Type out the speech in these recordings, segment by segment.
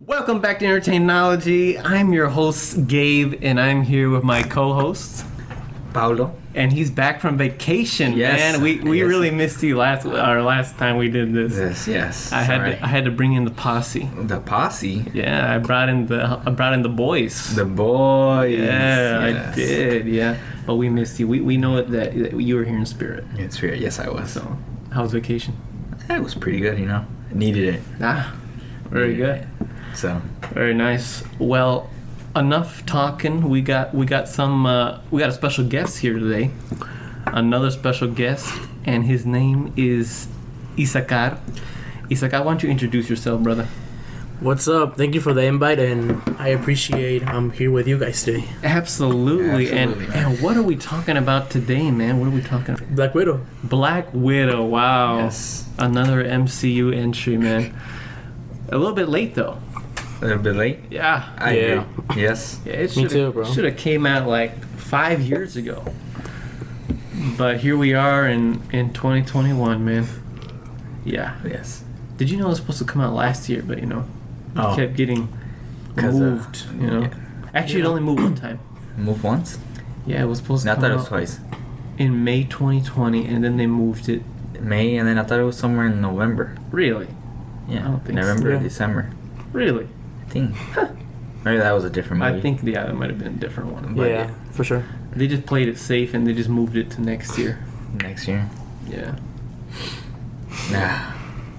Welcome back to Entertainology. I'm your host, Gabe, and I'm here with my co host. Paulo. And he's back from vacation, Yes. man. We, we Yes. really missed you last our last time we did this. Yes, yes. I had sorry. to, I had to bring in the posse. the posse, Yeah, I brought in the I brought in the boys. the boys. yeah, I yes. did. Yeah, but we missed you. We, we know that, that you were here in spirit. It's weird. Yes, I was. So, how was vacation? That was pretty good, you know. Needed it. Ah, very good, So, very nice. Well, enough talking. We got we got some uh, we got a special guest here today. Another special guest, and his name is Isakar. Isakar, why don't you introduce yourself, brother? What's up? Thank you for the invite, and I appreciate I'm here with you guys today. Absolutely. And, Absolutely. and what are we talking about today, man? What are we talking about? Black Widow. Black Widow. Wow. yes. Another MCU entry, man. A little bit late though. A little bit late. Yeah. I Yeah. agree. Yes. yeah it Me should too, bro. Should have came out like five years ago. But here we are in in 2021, man. Yeah. Yes. Did you know it was supposed to come out last year, but you know, Oh. kept getting 'Cause, uh, moved. you know. yeah. Actually, it Yeah. only moved one time. Oh, Move once? Yeah, it was supposed No, I to thought come it was out twice. in May 2020, and then they moved it. May, and then I thought it was somewhere in November. Really, Yeah. I don't think so. November or Yeah. December. really. I think. Maybe that was a different movie. I think yeah, that might have been a different one. But yeah, for sure. They just played it safe and they just moved it to next year. Next year. Yeah. Nah.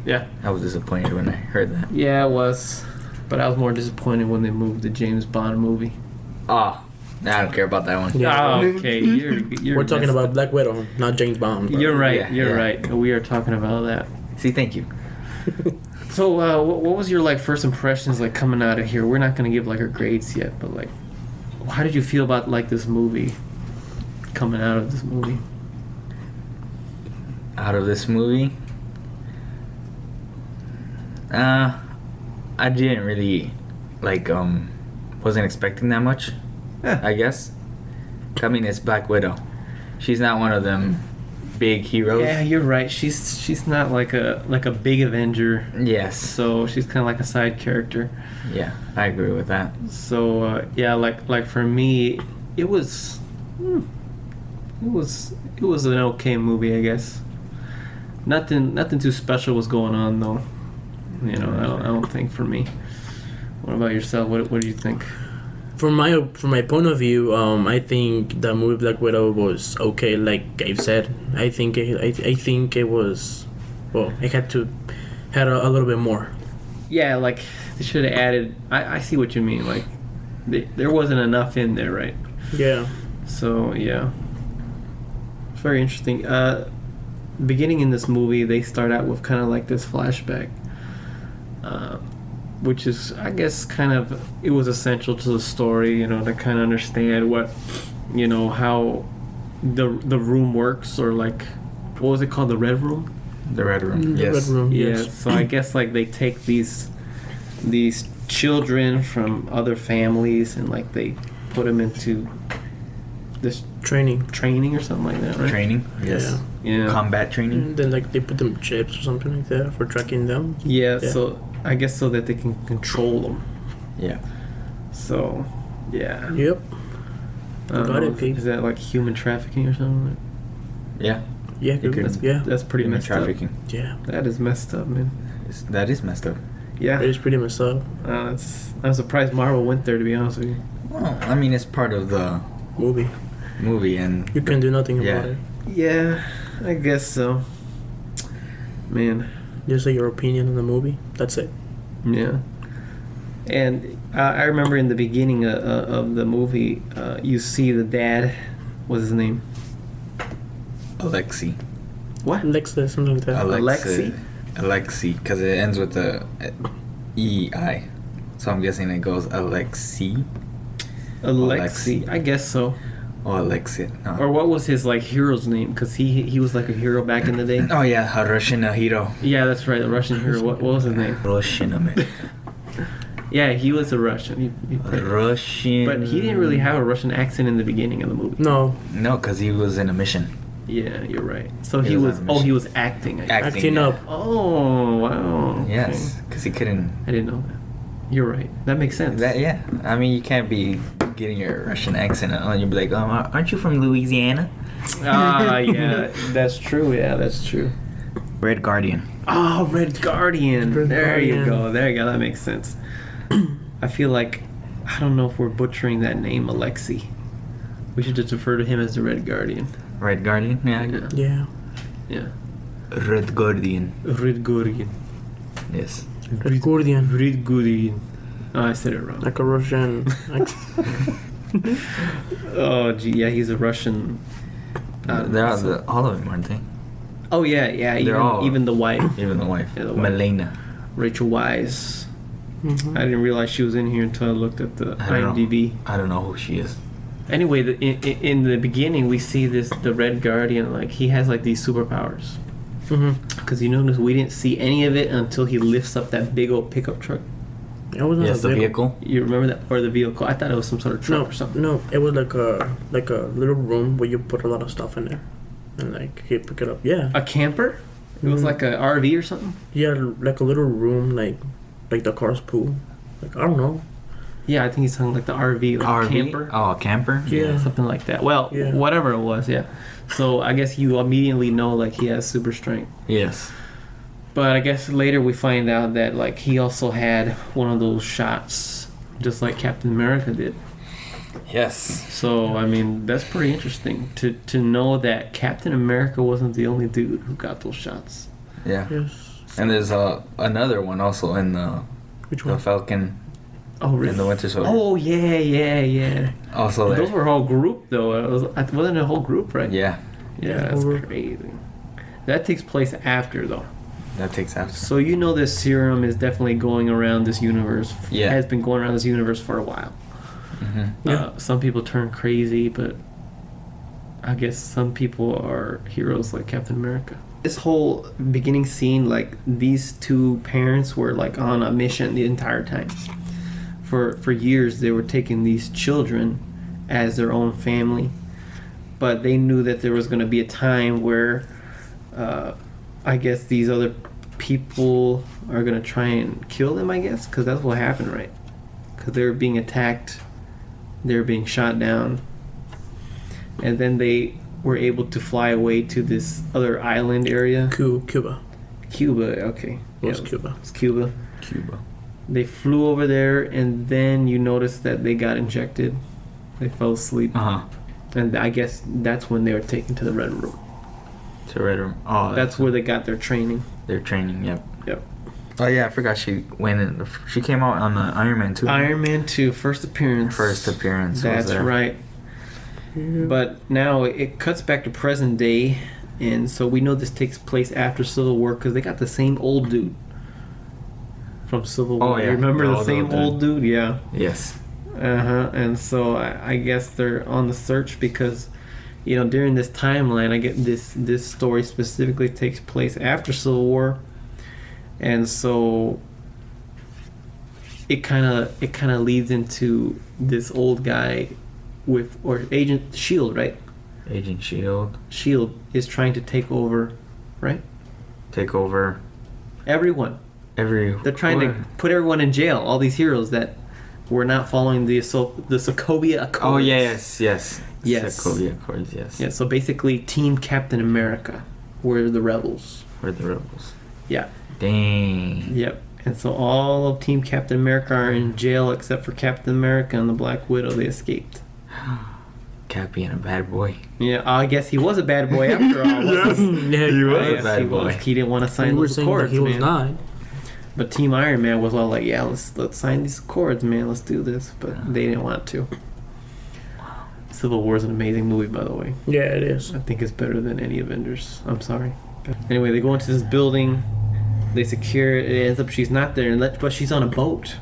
Yeah. I was disappointed when I heard that. Yeah, it was. But I was more disappointed when they moved the James Bond movie. Ah. Nah, I don't care about that one. Yeah. Oh, okay. You're, you're We're talking messed- about Black Widow, not James Bond. bro. You're right. Yeah, you're yeah. right. We are talking about that. See, thank you. So, uh, what, what was your like first impressions like coming out of here? We're not gonna give like our grades yet, but like, how did you feel about like this movie? Coming out of this movie, out of this movie uh i didn't really like um wasn't expecting that much Yeah. i guess i mean it's black widow she's not one of them big heroes yeah, you're right. She's she's not like a like a big Avenger, yes so she's kind of like a side character. yeah i agree with that so uh, yeah like like for me it was hmm, it was it was an okay movie i guess nothing nothing too special was going on though you know i don't, I don't think for me what about yourself what, what do you think From my from my point of view, um, I think the movie Black Widow was okay. Like Gabe said, I think it, I, I think it was. Well, it had to had a, a little bit more. yeah like they should have added I, I see what you mean like they, there wasn't enough in there right Yeah. So yeah, it's very interesting. Uh, beginning in this movie, they start out with kind of like this flashback, uh, which is, I guess, kind of it was essential to the story, you know, to kind of understand what, you know, how the the room works or like what was it called, the red room? the red Mm, room Mm, The yes Red Room. Yeah. Mm-hmm. Yes. So I guess like they take these these children from other families and like they put them into this Training. training or something like that, right? training yes Yeah. combat Mm-hmm. training Then like they put them chips or something like that for tracking them. yeah. Yeah. So I guess so that they can control them. yeah So, yeah. Yep. I don't Got know, it, Pete. Is that like human trafficking or something? yeah Yeah. You dude, can- yeah. That's pretty human messed trafficking Yeah. up. That is messed up, man. It's- that is messed up Yeah. It is pretty messed up. Uh, that's, I'm surprised Marvel went there to be honest with you. well i mean it's part of the Movie. movie and You can do nothing Yeah. about it. Yeah, I guess so. Man. Just like your opinion on the movie. That's it. Yeah. And uh, I remember in the beginning uh, uh, of the movie, uh, you see the dad. What's his name? alexi What? Lexus, something like that. like- Alexi. Alexi, because it ends with the E I. So I'm guessing it goes Alexi Alexi. I guess so. or Alexit. No. Or what was his like hero's name? Because he he was like a hero back in the day. oh yeah, a Russian hero. Yeah, that's right, the Russian hero. What, what was his name? Russian American. Yeah, he was a Russian. He, he played- Russian. but he didn't really have a Russian accent in the beginning of the movie. no, No, because he was in a mission. Yeah, you're right. So he, He was. was on a oh, mission. he was acting. I guess. Acting, acting yeah. up. Oh wow. okay. Yes, because he couldn't. I didn't know that. You're right. That makes sense. That yeah. I mean, you can't be getting your Russian accent on. You'd be like, um, aren't you from Louisiana? Ah, yeah, that's true. Yeah, that's true. Red Guardian. Oh, Red Guardian. Red there you Guardian. go. There you go. That makes sense. I feel like I don't know if we're butchering that name, Alexi. We should just refer to him as the Red Guardian. Red Guardian. Yeah. I Yeah. get- Yeah. Yeah, Red Guardian. Red Guardian. Yes. Red Guardian. Red Guardian. Oh, I said it wrong. Like a Russian. like- Oh, gee, yeah, he's a Russian. uh, They're all, so- the, all of them, aren't they? oh yeah, yeah. Even, all- even the wife, Even the wife. Yeah, the wife. Melena. Rachel Wise. Mhm. I didn't realize she was in here until I looked at the I don't IMDb. know. I don't know who she is. Anyway, the, in, in in the beginning, we see this the Red Guardian. Like he has like these superpowers. Mhm. Because you notice we didn't see any of it until he lifts up that big old pickup truck. It was not yes, a the big- vehicle. You remember that or the vehicle? I thought it was some sort of truck No, or something. no, it was like a like a little room where you put a lot of stuff in there, and like he pick it up. Yeah, A camper? It was Mhm. like a RV or something. yeah, like a little room, like like the car's pool. Like I don't know. Yeah, I think he's talking like the RV, like RV. camper. Oh, camper. Yeah. something like that. Well, Yeah. whatever it was, yeah. So I guess you immediately know like he has super strength. Yes. But I guess later we find out that like he also had one of those shots, just like Captain America did. Yes. So I mean that's pretty interesting to to know that Captain America wasn't the only dude who got those shots. Yeah. Yes. And there's uh, another one also in the, Which the one? Falcon Oh and the really? Winter Soldier. Oh yeah, yeah, yeah. Also there. Those were a whole group though. It was, it wasn't a whole group, right? Yeah, Yeah, that's Over. crazy. That takes place after though. that takes after. So you know this serum is definitely going around this universe. Yeah. has been going around this universe for a while. hmm Yeah. Uh, some people turn crazy, but I guess some people are heroes like Captain America. This whole beginning scene, like these two parents were like on a mission the entire time. For for years, they were taking these children as their own family, but they knew that there was going to be a time where, uh, I guess these other people are going to try and kill them. I guess because that's what happened, right? Because they were being attacked they were being shot down and then they were able to fly away to this other island area Cu- Cuba. cuba okay It was Yeah, Cuba. it's cuba Cuba. they flew over there and then you notice that they got injected they fell asleep Oh. Uh huh. and i guess that's when they were taken to the red room To Red Room. Oh, that's where they got their training they're training. Yep. Yep. Oh yeah, I forgot she went in. She came out on uh, Iron Man too. iron man 2 first appearance First appearance. was that's there. right But now it cuts back to present day, and so we know this takes place after Civil War because they got the same old dude from Civil Oh, War. You yeah. remember The the old same old dude. old dude? Yeah. Yes. Uh huh. And so I, I guess they're on the search because, you know, during this timeline, I get this this story specifically takes place after Civil War, and so it kind of it kind of leads into this old guy with or Agent Shield, E right? Agent Shield Shield E is trying to take over, right? take over Everyone. every. They're trying to put everyone in jail. All these heroes that were not following the so- the Sokovia Accords. Oh yes, yes. Yes. Sokovia Accords. Yes. Yeah. So basically, Team Captain America were the rebels. We're the rebels. Yeah. Dang. Yep. And so all of Team Captain America are in jail except for Captain America and the Black Widow. They escaped. Cap being a bad boy. Yeah. I guess he was a bad boy after all. wasn't he? yeah, you I a guess bad he was. boy. He didn't want to sign we were those saying accords. that he was man. not. But Team Iron Man was all like, "Yeah, let's let's sign these chords, man. Let's do this." But they didn't want to. Civil War is an amazing movie, by the way. Yeah, it is. I think it's better than any Avengers. I'm sorry. Anyway, they go into this building. They secure it. It ends up she's not there, and let, but she's on a boat,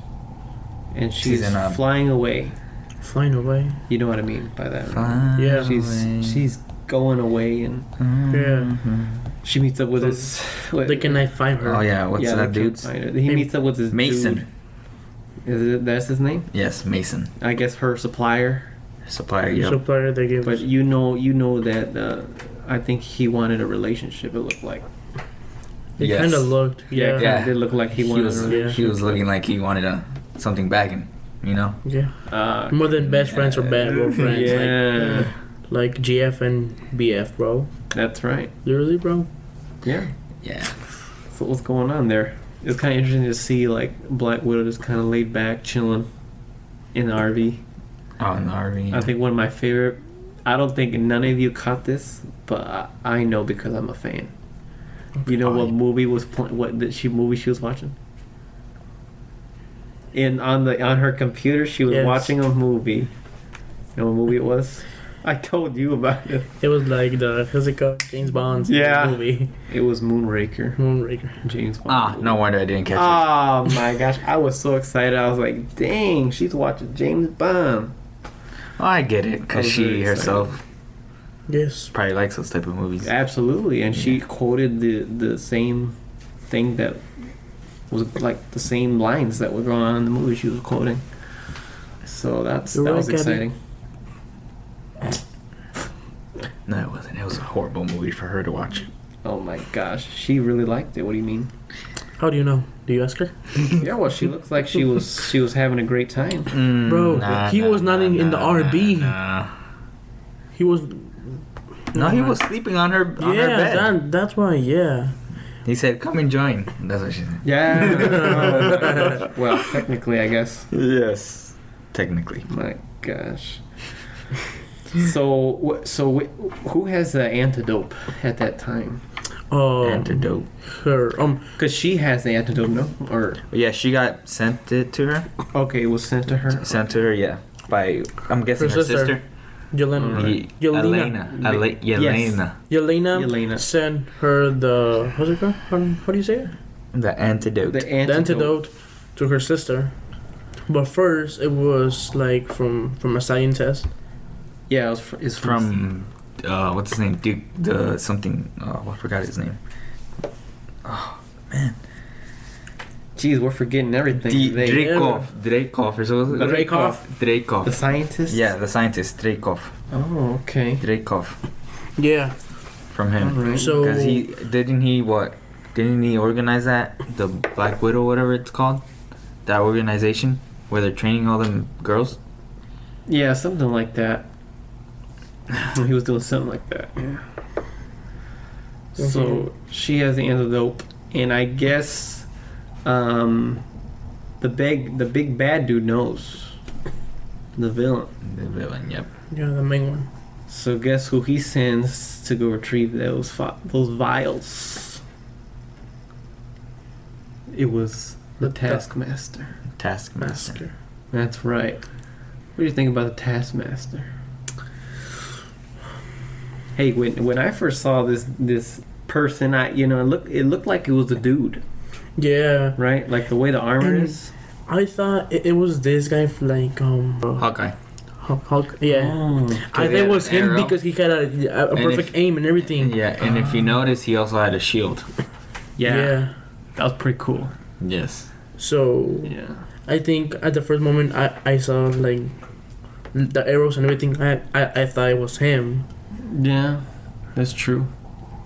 and she's, She's in a- flying away. Flying away. You know what I mean by that? right? Fly Yeah. She's away. she's going away, and Mhm. she meets up with So this. What, They cannot find her. Oh yeah. What's yeah, they that can't dude's? find her. He Name- meets up with this Mason. dude. Is it, that's his name? Yes, Mason. I guess her supplier. Supplier. The Yep. supplier they gave But us. you know, you know that uh, I think he wanted a relationship. It looked like. They Yes. kind of looked. Yeah, Yeah. it did uh, look like he wanted. was, a Yeah. relationship. he was looking like he wanted a something bagging, you know? Yeah. Uh, More than best friends or bad bro friends. yeah, Like, like GF and BF, bro. that's right. Literally, bro. Yeah. Yeah. So what's going on there? It's kind of interesting to see like Black Widow just kind of laid back, chilling in the RV. Oh, in the RV. I think one of my favorite. I don't think none of you caught this, but I, I know because I'm a fan. You know what I- movie was pl- what that she movie she was watching? And on the on her computer, she was Yes. watching a movie. You know what movie it was? I told you about it. It was like the how's it called? James Bond's Yeah. movie. It was Moonraker, Moonraker. James Bond. Ah, movie. no wonder I didn't catch Oh my gosh, I was so excited. I was like, dang, she's watching James Bond. it. Oh, I get it, I because was very she excited. herself Yes. probably likes those type of movies. Absolutely, and she quoted the the same thing that was like the same lines that were going on in the movie she was quoting. So that's You're that right, was Gabby. exciting. No, it wasn't. It was a horrible movie for her to watch. Oh my gosh, she really liked it. What do you mean? How do you know? Do you ask her? yeah, well, she looked like she was she was having a great time. Mm, Bro, he was not in- in the RB. nah. He was. No, he was sleeping on her on yeah, her bed. that, that's why. Yeah. He said, "Come and join." That's what she said. Yeah. well, technically, I guess. Yes. Technically. My gosh. So, wh- so wh- who has the antidote at that time? Oh, Antidote. her. Um, Because she has the antidote, no? Or Yeah, she got sent it to her. okay, it was sent to her. Sent to her, yeah. By I'm guessing Her her, sister. sister. Yelena. Ye- Yelena. Elena. Ale- Yelena. Yelena. Yelena. Sent her the what's it called? How, how do you say it? The antidote. The The antidote. antidote to her sister. But first, it was like from from a scientist. Yeah, it was fr- it's from. from uh, what's his name? Duke the something. Oh, I forgot his name. Jeez, we're forgetting everything. D- today. Dreykov. Dreykov or something. Dreykov? the Dreykov. scientist. Yeah, the scientist Dreykov. Oh, okay. Dreykov Yeah. from All him. right. So- Because he didn't he what? Didn't he organize that the Black Widow, whatever it's called, that organization where they're training all them girls? yeah, something like that. he was doing something like that. Yeah. So she has the antidote, and I guess um, the big the big bad dude knows the villain. The villain. Yep. Yeah, the main one. So guess who he sends to go retrieve those fi- those vials? It was the The ta- Taskmaster. Taskmaster. Master. That's right. What do you think about the Taskmaster? Hey, when when I first saw this this person, I you know it looked it looked like it was a dude, Yeah. right? Like the way the armor Mhm. is. I thought it, it was this guy, f- like um. Hawkeye. Hulk. Hulk yeah. Oh. Because he I think it had was an him arrow. because he had a, a, a And perfect if- aim and everything. Yeah, and if you notice, he also had a shield. Yeah, yeah. that was pretty cool. Yes. So Yeah. I think at the first moment I, I saw like the arrows and everything. I I, I thought it was him Yeah, that's true.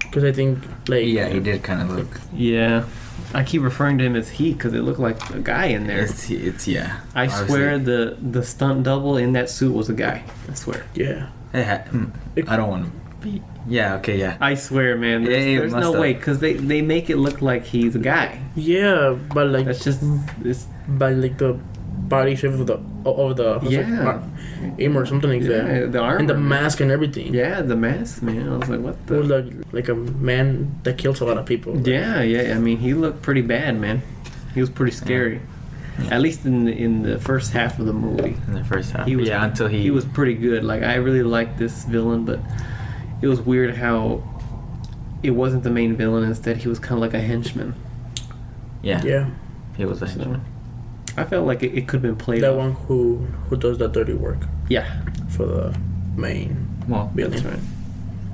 because I think like Yeah, he did kind of look. Yeah. I keep referring to him as he because it looked like a guy in there. It's, it's yeah. I swear the the stunt double in that suit was a guy. I swear. yeah. It ha- mm, I don't want to be. Yeah. Okay. Yeah. I swear, man. There's, Yeah, it there's must no have. way because they they make it look like he's a guy. Yeah, but like That's just it's by like the body shape of the of the what's it Yeah. called? aim or something like yeah, that, the armor. and the mask and everything. Yeah, the mask, man. I was like, what It was the? like like a man that kills a lot of people. Yeah, yeah. I mean, he looked pretty bad, man. He was pretty scary. At least in the, in the first half of the movie, In the first half. he was yeah. Until he. he was pretty good. Like I really liked this villain, but it was weird how it wasn't the main villain. Instead, he was kind of like a henchman. Yeah. yeah. He was a henchman. I felt like it, it could have been played. That off. one who who does the dirty work Yeah, for the main Well. that's villain.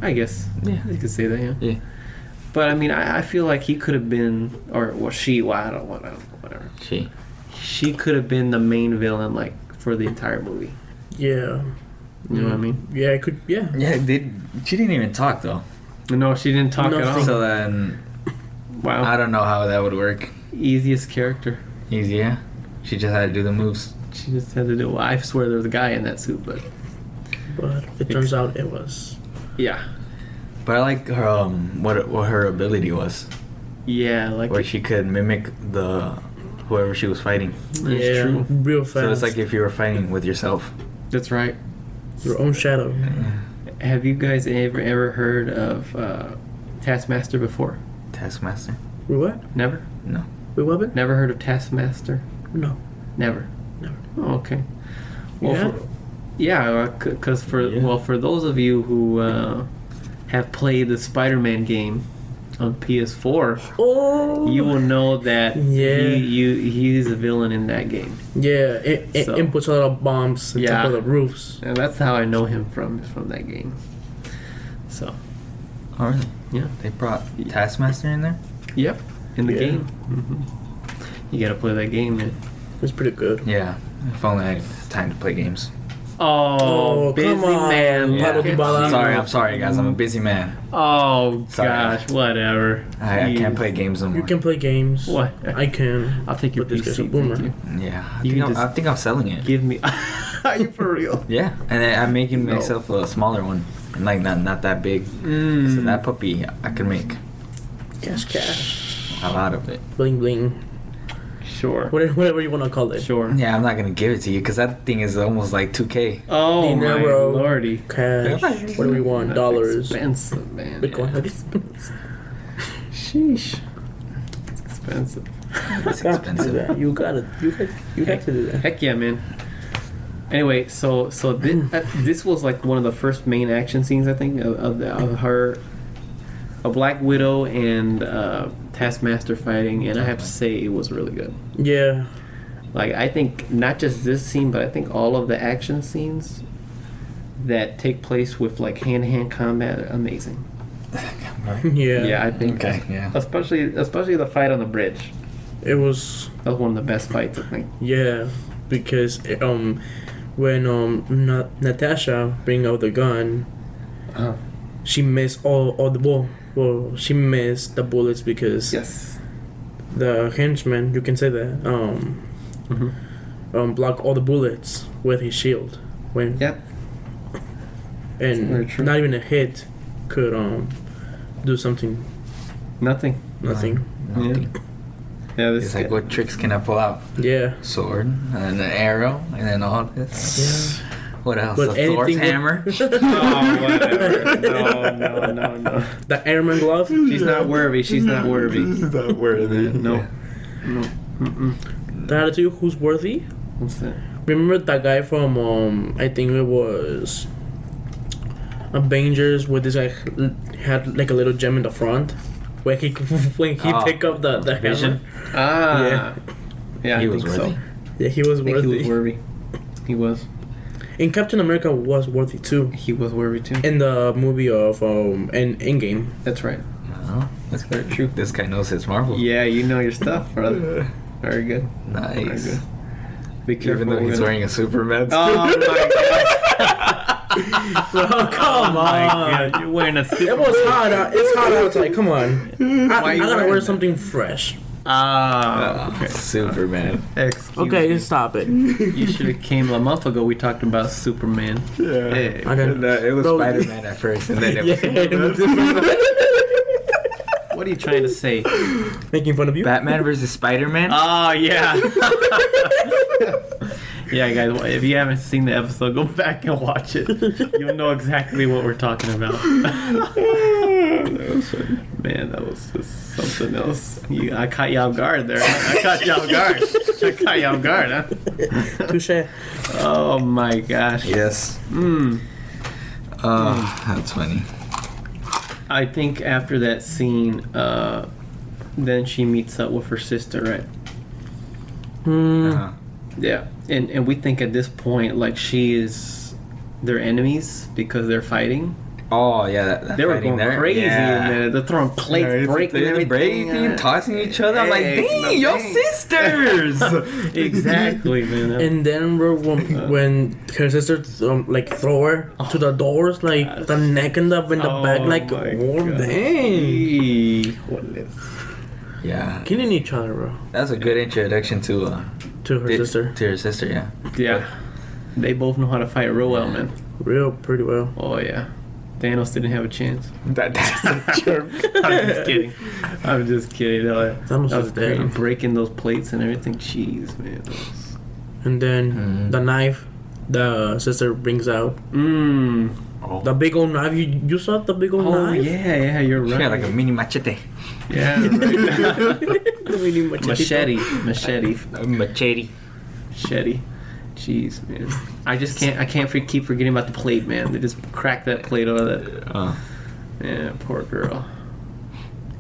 right. I guess. Yeah. You could say that, yeah. Yeah. But I mean, I, I feel like he could have been, or well, she. Well, I don't want to, whatever. She. She could have been the main villain, like for the entire movie. Yeah, You know what I mean? yeah, I could yeah. Yeah. Did she didn't even talk though. No, she didn't talk at all. Nothing. So then wow, Oh. I don't know how that would work. easiest character. Easy. Yeah. She just had to do the moves. She just had to do. Well, I swear there was a guy in that suit, but But it turns out it was. yeah, But I like her um what what her ability was, yeah, like where she could mimic the whoever she was fighting. That's yeah, true. real fast. So it's like if you were fighting with yourself. that's right. your own shadow. Have you guys ever ever heard of uh, Taskmaster before? Taskmaster. We what? Never, No. We weapon? never heard of Taskmaster. No. Never. Never. Oh, okay. You Well, have? for- yeah, because for Yeah. well, for those of you who uh, have played the Spider-Man game on PS4, Oh. you will know that Yeah. he, you he's a villain in that game. Yeah, it, it So- inputs a lot of bombs on Yeah. top of the roofs. And that's how I know him from is from that game. So, Oh really? yeah. They brought Taskmaster in there? Yep. In the Yeah. game. hmm You gotta play that game, man. It's pretty good. Yeah. If only I had time to play games. Oh, Oh, busy come on, man. Yeah. look Pablo at Dybala. you. Sorry, I'm sorry guys, I'm a busy man. Oh Sorry. gosh, whatever. I, I You- can't play games no more. You can play games. What? I can. I'll take your But this guy's PC. a boomer. thank you. Yeah. I You think, can I'm, just- I think I'm selling it. Give me. Are you for real? Yeah, and then I'm making No. myself a smaller one, and like not not that big. Mm. So that puppy, I can make Cash, cash. a lot of it. Bling, bling. Sure. Whatever, whatever you want to call it. Sure. Yeah, I'm not gonna give it to you because that thing is almost like 2K. Oh my Dinero. lordy. Cash. Yeah. Whatever you want. That's Dollars. Expensive, man. Bitcoin. Yeah, Sheesh. it's expensive. It's expensive. You gotta, you got, you got to do that. Heck yeah, man. Anyway, so so this, uh, this was like one of the first main action scenes I think of of, the, of her, a Black Widow and uh, Taskmaster fighting, and I have to say it was really good. Yeah, Like I think not just this scene, but I think all of the action scenes that take place with like hand to hand combat are amazing. Right? yeah. Yeah, I think. Okay, yeah. Especially especially the fight on the bridge. It was That was one of the best fights I think. yeah because um when um Na- Natasha bring out the gun, Uh-huh. she missed all all the bull. Well, she missed the bullets because Yes. the henchman, you can say that, um, Mhm. um, block all the bullets with his shield. When Yep. very and true. not even a hit could um do something. Nothing. Nothing. Nothing. Yeah. This It's like what tricks can I pull out? Yeah. Sword and an arrow and then all this. What else? But a Thor's anything that- hammer. Oh, whatever. No, no, no, no. The airman glove. She's not worthy. She's not worthy. not worthy. No. No. Mm-mm. That to you, who's worthy? What's that? Remember that guy from um I think it was Avengers where this guy had like a little gem in the front where he when he Ah, pick up the, the Vision? hammer. Ah. Yeah. Yeah. Yeah. I He think was so. worthy. Yeah, he was I think he worthy. was worthy. He was. and Captain America was worthy too He was worthy too. in the movie of um in Endgame. That's right. No, that's Very good. true. This guy knows his Marvel. Yeah, you know your stuff, brother. Very good. Very Nice. good. Be careful. Even though we're he's gonna- wearing a Superman. Oh suit. my god. Oh come my god. You're wearing a It super. was hot. out- It's hot outside. Come on. I, I you gotta wearing wear that? something fresh. Ah. Oh, Superman. Excuse Okay, me. stop it. You should have came a month ago. We talked about Superman. Yeah. Hey. I got- No, it was Bro. Spider Man at first, and then it was yeah. What are you trying to say? Making fun of you. Batman versus Spider Man. Oh yeah. yeah, guys. If you haven't seen the episode, go back and watch it. You'll know exactly what we're talking about. Man, that was just something else. You, I caught you off guard there. I caught you off guard. I caught you off guard, huh? Touche. Oh my gosh. yes. Hmm. Mm. Oh, that's funny. I think after that scene, uh, then she meets up with her sister, right? Mm, Uh-huh. Yeah, and and we think at this point like she is their enemies because they're fighting. Oh yeah, that, that They were fighting going there. crazy Yeah. in there. They're throwing Yeah, plates, it's- breaking they're everything, breaking, uh, tossing each other. I'm like, eggs, dang, your nothing." sisters. exactly, man. And then we're- when, when her sister um, like throw her to the doors, like the Oh neck and up in the back, like my oh God. dang. Eee, What is? Yeah, killing each other, bro. that's a good introduction to uh, To her di- sister, To her sister, yeah. Yeah. They both know how to fight real well, man. real pretty well. Oh yeah. Thanos didn't have a chance. That, that's a I'm joke. just kidding. I'm just kidding. That was, Thanos that was is dead. great. Breaking those plates and everything. Jeez, man. And then Mhm. the knife, the sister brings out Mmm. Oh. the big old knife. You you saw the big old Oh knife? yeah, yeah. You're She right. had like a mini machete. yeah. Right. The mini machete. machete, machete, A machete. machete. Jeez, man. I just can't. I can't for, keep forgetting about the plate, man. They just cracked that plate out of that. Uh, Yeah, poor girl.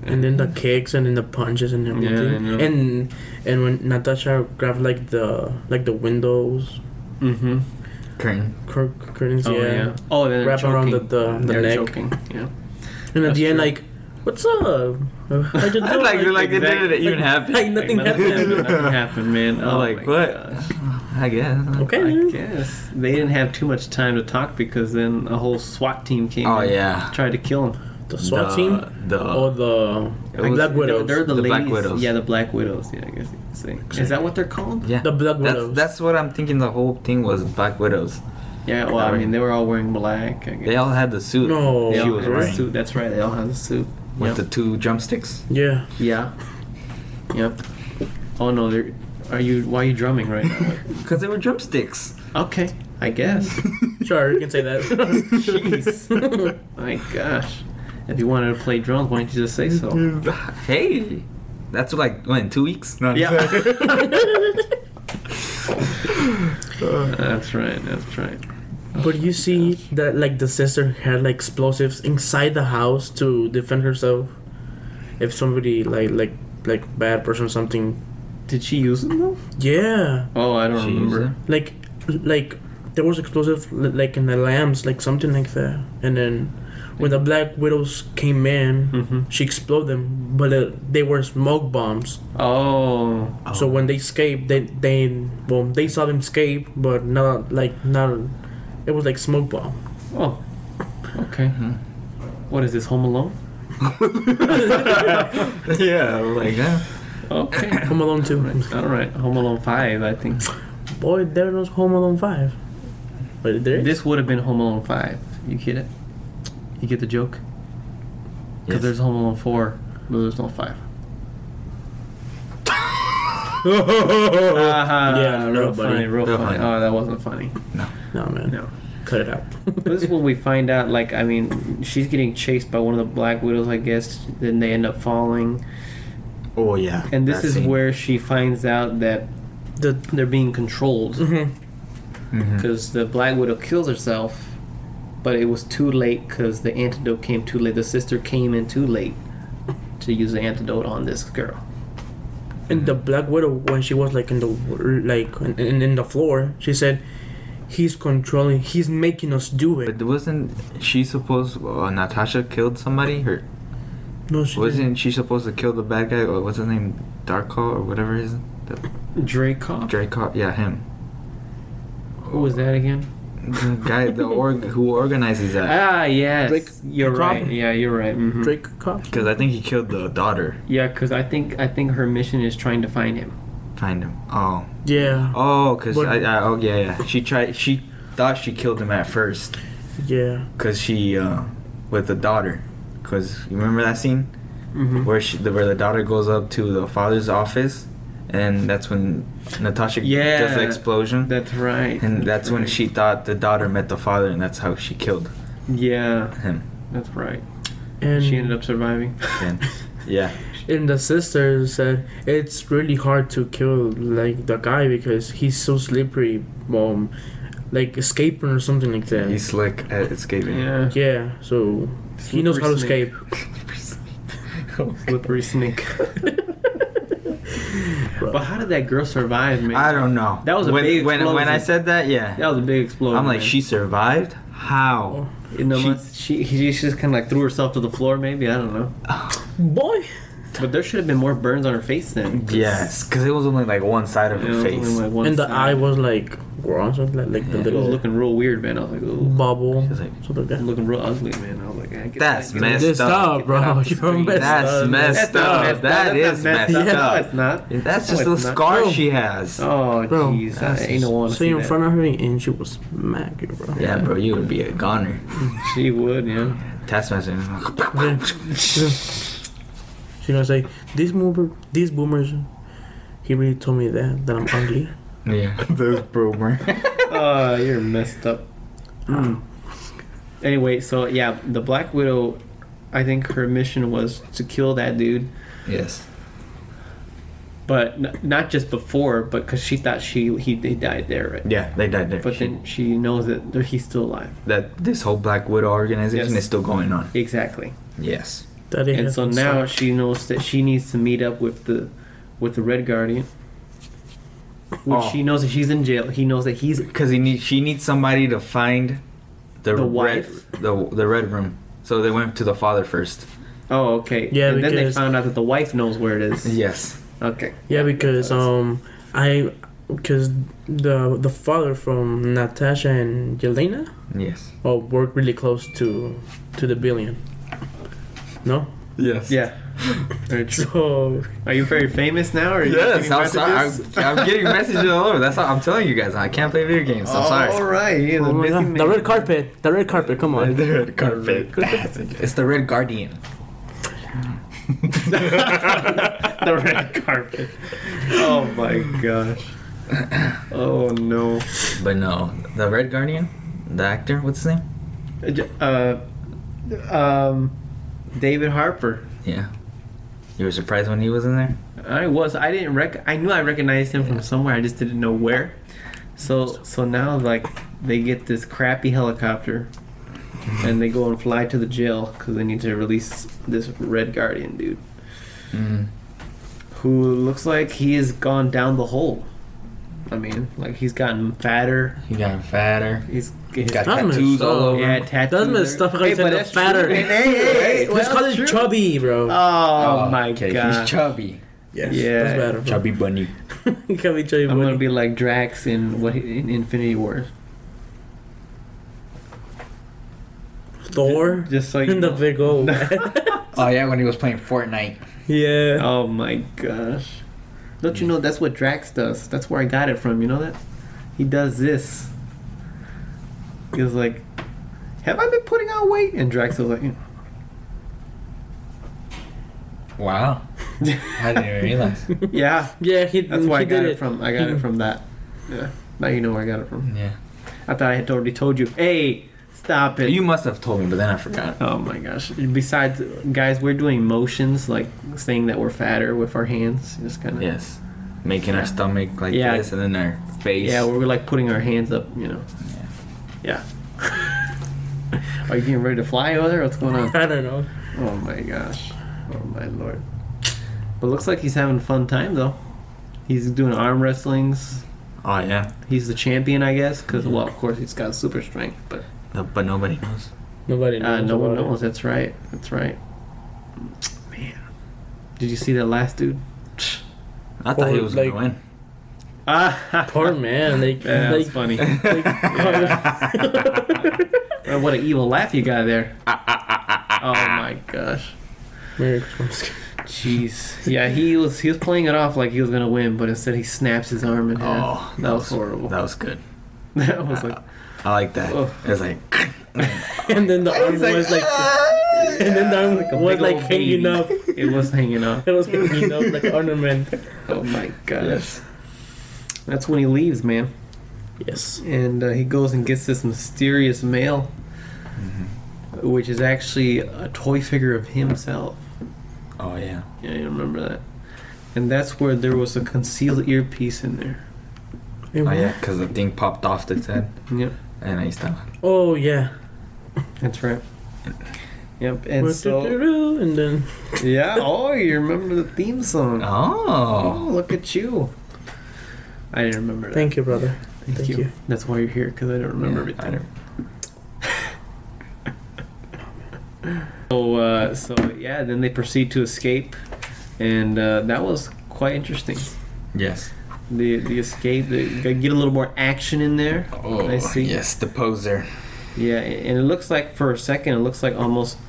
and then the kicks and then the punches and everything. I know. And and when Natasha grabbed like the like the windows Mm-hmm. curtain. cur- curtains, Oh yeah. yeah. Oh, then Wrap around the- the- the they're neck. choking. Yeah. And at That's the end, true. like, what's up? How'd you do? like, like it didn't even happen. Like nothing Like, happened. Nothing happened, man. I'm Oh, like, my what? gosh. I guess. Okay. I guess they didn't have too much time to talk because then a whole SWAT team came. Oh in, yeah. Tried to kill him. The SWAT team The, or the It was- Black Widows. They're, they're the, The Black ladies- Widows. Yeah, the Black Widows. Yeah, I guess you could say. Is that what they're called? yeah. the Black that's, Widows. that's what I'm thinking. The whole thing was Black Widows. Yeah. Well, I mean, they were all wearing black. I guess. They all had the suit. No. They she all was had a wearing suit. That's right. They all had a suit. Yep. with the two drumsticks. yeah. Yeah. Yep. Oh no, they're. Are you? Why are you drumming right now? Like, Because they were drumsticks. okay, I guess. Sure, you can say that. Jeez. My gosh. If you wanted to play drums, why didn't you just say so? hey, that's like when two weeks. No, Yeah. That's right. That's right. but you see that like the sister had like explosives inside the house to defend herself if somebody like like like bad person or something. Did she use them though? Yeah, Oh, I don't She used remember. them? like like there was explosive li- like in the lamps like something like that, and then when the black widows came in. Mm-hmm. She exploded them, but uh, they were smoke bombs. Oh, So when they escaped, they they well they saw them escape, but not like not it was like smoke bomb. oh, okay. Mhm. What is this? Home Alone? yeah, like that. Okay. Home Alone All 2. right. All right. Home Alone Five, I think. Boy, there was Home Alone 5. But there is. This would have been Home Alone Five. You get it? You get the joke? Because Yes. there's Home Alone Four, but there's no Five. Uh-huh. real Yeah, no, buddy. funny, real No, funny. buddy. Oh, that wasn't funny. No, man. No. Cut it out. this is when we find out, like, I mean, she's getting chased by one of the Black Widows, I guess. Then they end up falling. Oh yeah. And this that is scene. where she finds out that The, they're being controlled. mhm. Mhm. because the Black Widow kills herself, but it was too late because the antidote came too late. The sister came in too late to use the antidote on this girl. And the Black Widow, when she was like in the like in, in, in the floor, she said, "He's controlling. He's making us do it." But wasn't she supposed? Uh, Natasha killed somebody. Her No, she didn't. wasn't she supposed to kill the bad guy? Or what's his name? Darko or whatever his the Dracov? Draco. Yeah, him. Who was that again? The guy, the org who organizes that. Ah, yes. Drake- you're Dracov? right. Yeah, you're right. mhm. Drake cop. Because I think he killed the daughter. Yeah, because I think I think her mission is trying to find him. Find him. Oh. Yeah, Oh, because But- I, I. Oh yeah, yeah. She tried. She thought she killed him at first. yeah. Cause she, uh, with the daughter, cause you remember that scene Mm-hmm. where she, the, where the daughter goes up to the father's office, and that's when Natasha does Yeah. the explosion, That's right. and that's when right. she thought the daughter met the father, and that's how she killed Yeah, him. that's right. And she ended up surviving. And yeah, And the sister said it's really hard to kill like the guy because he's so slippery, um, like escaping or something like that. he's slick at escaping. Yeah. yeah, so he knows how to Slippery escape. snake. Slippery snake. but how did that girl survive, man? I don't know. That was a when, big when when I explosion. said that, yeah, That was a big explosion. Oh, I'm like, man. she survived. How? You know, She- she, she, she just kind of like threw herself to the floor, maybe. I don't know. Boy, missed. But there should have been more burns on her face then. 'cause, Yes, because it was only like one side you of know, her it was face. only, like, one and the side. eye was like gross, like, like Yeah. the It was little looking real weird, man. I was like, ooh. bubble. She was like, sort of that. Looking real ugly, man. I was like, I get That's that. messed Messed up. up, bro. Get You're messed That's up. messed That's not up. messed up. That That's is not messed No, up. it's not. That's No, just a it's not. scar Bro. she has. Oh, Bro, jeez. I that's ain't no one. So you're in front of her and she was smack you, bro. Yeah, bro, you would be a goner. She would, yeah. Taskmaster. Yeah. She gonna say, "These boomer, these boomers, he really told me that that I'm ugly." yeah, those boomer. Oh, you're messed up. Mm. Anyway, so yeah, the Black Widow, I think her mission was to kill that dude, yes. but n- not just before, but because she thought she he they died there, right? Yeah, they died there. But She- then she knows that there- he's still alive. that this whole Black Widow organization Yes. is still going on. Exactly. Yes. That and so now she knows that she needs to meet up with the with the Red Guardian. Which Oh. she knows that she's in jail. He knows that he's Because he need, she needs somebody to find The the, red, wife? the the red room. So they went to the father first. Oh, okay. Yeah, And then they because- found out that the wife knows where it is. Yes. Okay. yeah, because um, I, because the the father from Natasha and Yelena, Yes. oh, work really close to to the billion. No, Yes. Yeah. Very true. so Are you very famous now? Or are you Yes, getting I'm sorry. messages? I'm, I'm getting messages all over. That's how I'm telling you guys. I can't play video games. I'm All sorry. right. Yeah, the, Oh my busy God, man. the red carpet, the red carpet. Come on, The red carpet. It's the red guardian. the red carpet. Oh my gosh. Oh no. But no, the red guardian, the actor. What's his name? Uh, um, David Harper. Yeah. You were surprised when he was in there. I was. I didn't rec. I knew I recognized him from somewhere. I just didn't know where. So so now like they get this crappy helicopter, and they go and fly to the jail because they need to release this Red Guardian dude, Mm. who looks like he has gone down the hole. I mean, like he's gotten fatter. He got fatter. He's his, Got That's tattoos messed all up. over. yeah, him. tattoos. That's messed up. I said the true. fatter. Hey, hey, hey, Let's that's call it true. chubby, bro. Oh, my okay, god. He's chubby. yes, yeah. that's better. Bro. Chubby bunny. Can we chubby? I'm bunny? gonna be like Drax in what in Infinity War. Thor. Just so you in the know. big old Oh yeah, when he was playing Fortnite. yeah. Oh my gosh. Don't you know that's what Drax does? That's where I got it from, you know that? He does this. He was like, Have I been putting on weight? And Drax was like, "Mm." Wow. I didn't even realize. Yeah. Yeah, he. That's where he I got did it from. I got it from that. Yeah. Now you know where I got it from. Yeah. I thought I had already told you. Hey, stop it. You must have told me, but then I forgot. Oh my gosh. Besides guys, we're doing motions like saying that we're fatter with our hands. Just kinda Yes. Making our stomach like Yeah. this, and then our face. Yeah, we're like putting our hands up, you know. Yeah. Are you getting ready to fly over there? What's going on? I don't know. Oh my gosh. Oh my lord. But looks like he's having a fun time though. He's doing arm wrestlings. oh yeah. He's the champion, I guess, because well, of course, he's got super strength. But No, but nobody knows. Nobody uh, knows. no one about it. knows. That's right. That's right. Man, did you see that last dude? I thought he Or, was like- gonna win. Ah, Poor man. Like, yeah, like, that's funny. like Uh, what an evil laugh you got there. Ah, oh my gosh. Merry Christmas. Jeez. Yeah, he was he was playing it off like he was gonna win, but instead he snaps his arm in half. Oh, that, was, horrible. That was good. That was like I like that. Oh. It was like. And then the arm was like, and then the arm "Ah!" Like a was big like old hanging baby. up. it was hanging up. It was hanging up like an ornament. Oh my gosh. yes. That's when he leaves, man, Yes. and uh, he goes and gets this mysterious mail, which is actually a toy figure of himself. Oh yeah. Yeah, I remember that. And that's where there was a concealed earpiece in there. Oh yeah, because the thing popped off the head, Yep, and I stopped. Oh yeah. that's right. Yep, and so And then yeah. Oh, you remember the theme song? Oh, Oh. look at you. I didn't remember that. thank you, brother. Thank thank you. you. That's why you're here, because I don't remember Yeah, I everything. don't- So, uh, so yeah, then they proceed to escape. and uh, that was quite interesting. Yes. The the escape, the, gotta get a little more action in there. I see. Oh, Yes, the poser. Yeah, and it looks like for a second, it looks like almost.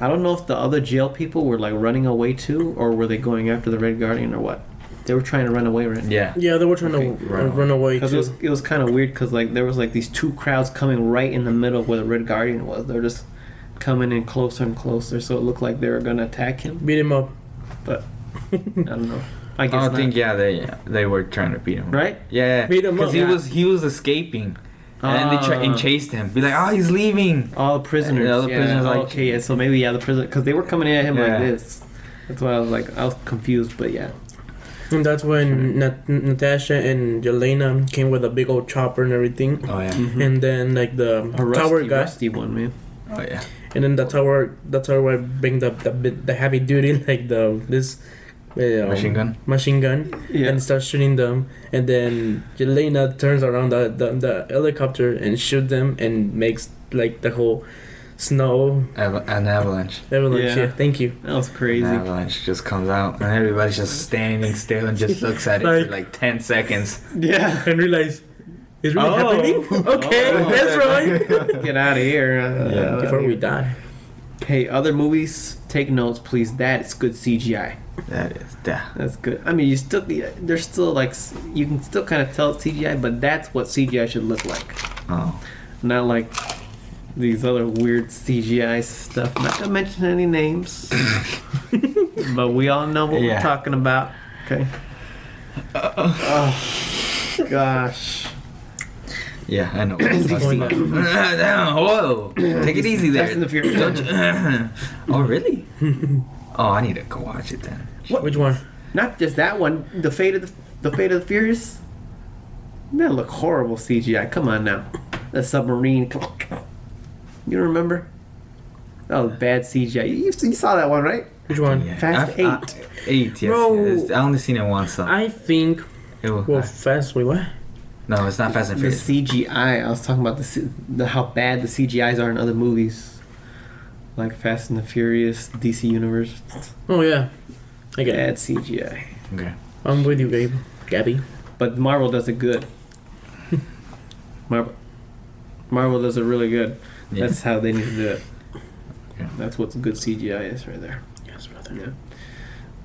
I don't know if the other jail people were like running away too, or were they going after the Red Guardian or what? They were trying to run away, right? Yeah. Yeah, they were trying Okay. to uh, run away Because it too. was, it was kind of weird because like there was like these two crowds coming right in the middle of where the Red Guardian was. They're just coming in closer and closer, so it looked like they were gonna attack him. Beat him up. But I don't know. I I guess don't not. think yeah they they were trying to beat him. Right? Yeah. Beat him Because up. he Yeah. was he was escaping, and then they tried Ah. and chased him. Be like, oh, he's leaving. All the prisoners. Oh, Yeah, all the prisoners, like- okay, yeah. So maybe yeah, the prisoner because they were coming at him Yeah. like this. That's why I was like I was confused, but yeah. And that's when Nat- Natasha and Yelena came with a big old chopper and everything. Oh yeah. And then like the Mm-hmm. A rusty, tower guy, rusty one, man. Oh yeah. and then the tower, the tower guy bring the the, bit- the heavy duty like the this uh, um, Machine gun. machine gun, Yeah. and start shooting them. And then Yelena turns around the, the the helicopter and shoot them and makes like the whole snow Ava- an avalanche. avalanche. Yeah. Yeah. Thank you. That was crazy. An avalanche just comes out, and everybody's just standing still and just looks at it for like ten seconds. Yeah. And realize it's really Oh. happening. Okay, Oh. that's right. Get out of here. Uh, Yeah. uh, Before we die. Hey, other movies, take notes, please. That is good CGI. That is yeah. That's good. I mean, you still there's still like s- you can still kind of tell it's CGI, but that's what CGI should look like, Oh. not like these other weird CGI stuff. Not gonna mention any names, but we all know what Yeah. we're talking about. Okay. Oh gosh. Yeah, I know. I see. Damn, whoa! Take it easy there. Fast and the Furious. Don't you- oh really? Oh, I need to go watch it then. What? Which one? Not just that one. The fate of the, the fate of the furious. That look horrible CGI. Come on now, the submarine. Come on. You don't remember? That was bad CGI. You, you saw that one, right? Which one? Yeah. Fast I've- I- eight, yes. Bro. yes. I only seen it once though. I think. It was- Well, fast. Wait, what? no, it's not Fast and The Furious. CGI. I was talking about the, C- the how bad the CGI's are in other movies, like Fast and the Furious, DC Universe. Oh yeah, I get it. Bad CGI. Okay. I'm with you, Gabe. Gabby. But Marvel does it good. Marvel, Marvel does it really good. Yeah. That's how they need to do it. Yeah. That's what good CGI is right there. Yes, brother. Yeah.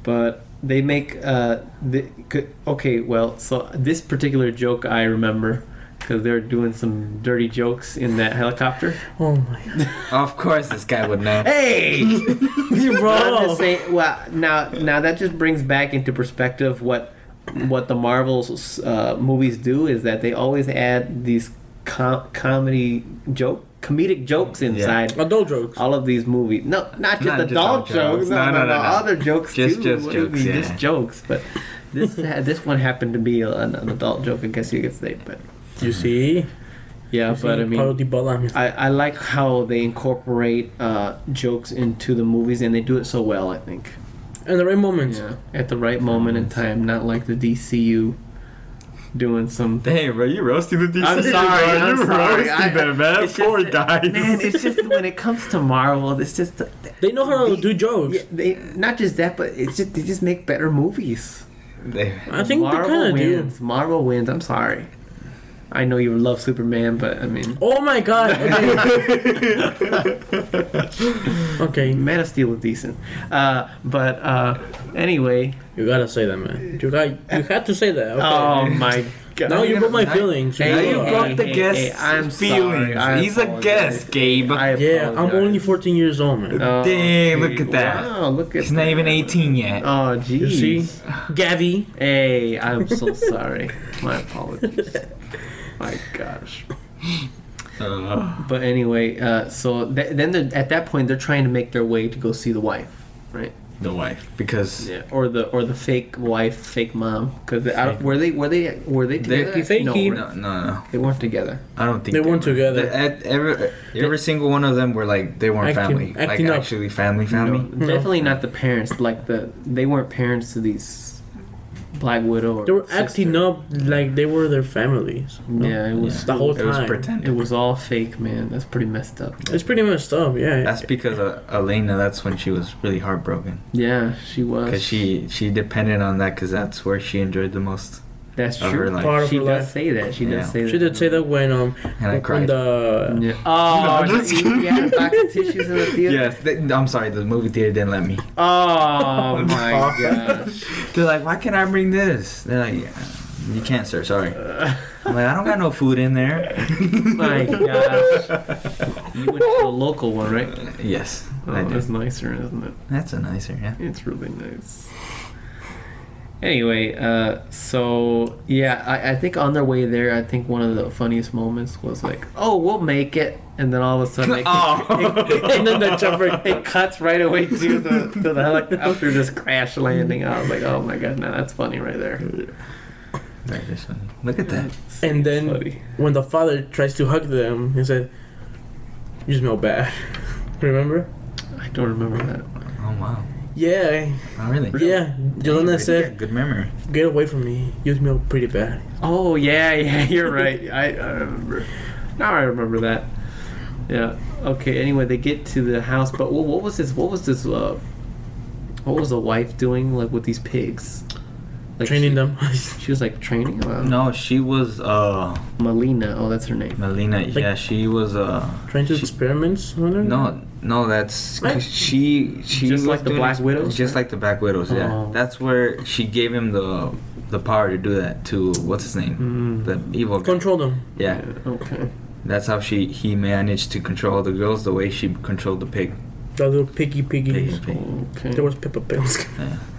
But they make uh, the c- okay. Well, so this particular joke I remember because they're doing some dirty jokes in that helicopter. Oh my god. Of course, this guy would know. Hey, You're I'm wrong. just saying. Well, now now that just brings back into perspective what what the Marvels uh, movies do is that they always add these com- comedy joke comedic jokes inside Adult jokes. all of these movies. No, not just Not just adult adult jokes. No, no, no, no. Other jokes Just- too. just What do you jokes, mean, yeah. Just jokes. But this this one happened to be an, an adult joke. I guess you could say. But You see? yeah, You but Mm-hmm. I see, mean. Paulo Dybala. I, I like how they incorporate uh, jokes into the movies and they do it so well, I think. And the right moments. Yeah. At the right moment in time, not like the DCU doing some. Damn, bro, you roasted the DC. I'm sorry, bro. I'm you sorry. roasted I- them, man. it's Poor just guys. Man, it's just when it comes to Marvel, it's just. They know how to The- do jokes. Yeah, they, not just that, but it's just they just make better movies. They- I think Marvel they kind of do. wins. Marvel wins. I'm sorry. I know you love Superman, but I mean, Oh my god. Okay. okay. Man of Steel was decent. Uh, but uh, anyway, You gotta say that, man. You got. You had to say that. Okay. oh my god. now you broke my Now- feelings. Hey, now hey, you know. broke the hey, guest hey, I'm sorry. feelings. I He's a apologize. guest, Gabe. I Yeah, oh, I'm apologize. only 14 years old, man. Oh, Damn, look at that. Wow, look at He's not that. even 18 yet. Oh, you jeez. see? Gavi. Hey, I'm so sorry. My apologies. My gosh. Uh, But anyway, uh, so th- then they're- at that point they're trying to make their way to go see the wife, right? the wife, because Yeah, or the or the fake wife, fake mom. Because were they were they were they they, together? Fake no, he- right? no, no, no. they weren't together. I don't think They weren't together. They- at- every every single one of them were like they weren't Acting- family, like acting up. actually family, No, family. definitely not the parents. Like the they weren't parents to these Black Widow. Or They were sister. acting up like they were their families. Yeah, it was. The whole It was time. pretending. It was all fake, man. That's pretty messed up. It's pretty messed up, yeah. That's because uh, Elena. That's when she was really heartbroken Yeah, she was. because she she depended on that because that's where she enjoyed the most. That's of her true. life. Part of she her does life. say that. She Yeah. does say that. she did say that when um And I when cried. the Yeah. Oh, No, I'm just you, you had a box of tissues in the theater. Yes, they, I'm sorry. The movie theater didn't let me. Oh my gosh. They're like, why can't I bring this? They're like, yeah, you can't, sir. Sorry. I'm like, I don't got no food in there. My gosh. You went to the local one, right? Yes, I Oh, did. that's nicer, isn't it? That's a nicer, yeah. It's really nice. Anyway, uh, so yeah, I, I think on their way there, I think one of the funniest moments was like, "Oh, we'll make it," and then all of a sudden, it, Oh. and then the jumper it cuts right away to the to the heli- after this crash landing. I was like, "Oh my god, now that's funny right there." That is funny. Look at that. and then Funny. when the father tries to hug them, he said, "You smell bad." Remember? I don't remember that. Oh wow. Yeah, Oh really? yeah. Yolanda said, good memory. "Get away from me. You smell pretty bad." Oh yeah, yeah, you're right. I, I remember. Now I remember that. Yeah. Okay. Anyway, they get to the house, but what, what was this? What was this? Uh, what was the wife doing? Like with these pigs? Like Training she, them. She was like training them. No, she was uh Melina. Oh, that's her name. Melina. yeah, she was uh Trying to she- experiments on her? No, no, that's 'cause Right. she. She Just was like the doing Black it- Widows, Just right? like the Black Widows. Yeah, Oh. that's where she gave him the the power to do that to what's his name, Mm. the evil guy. Control them. Yeah, Okay. that's how she he managed to control the girls the way she controlled the pig. The little piggy Piggy, piggies. pig. Okay. There was Peppa Pig.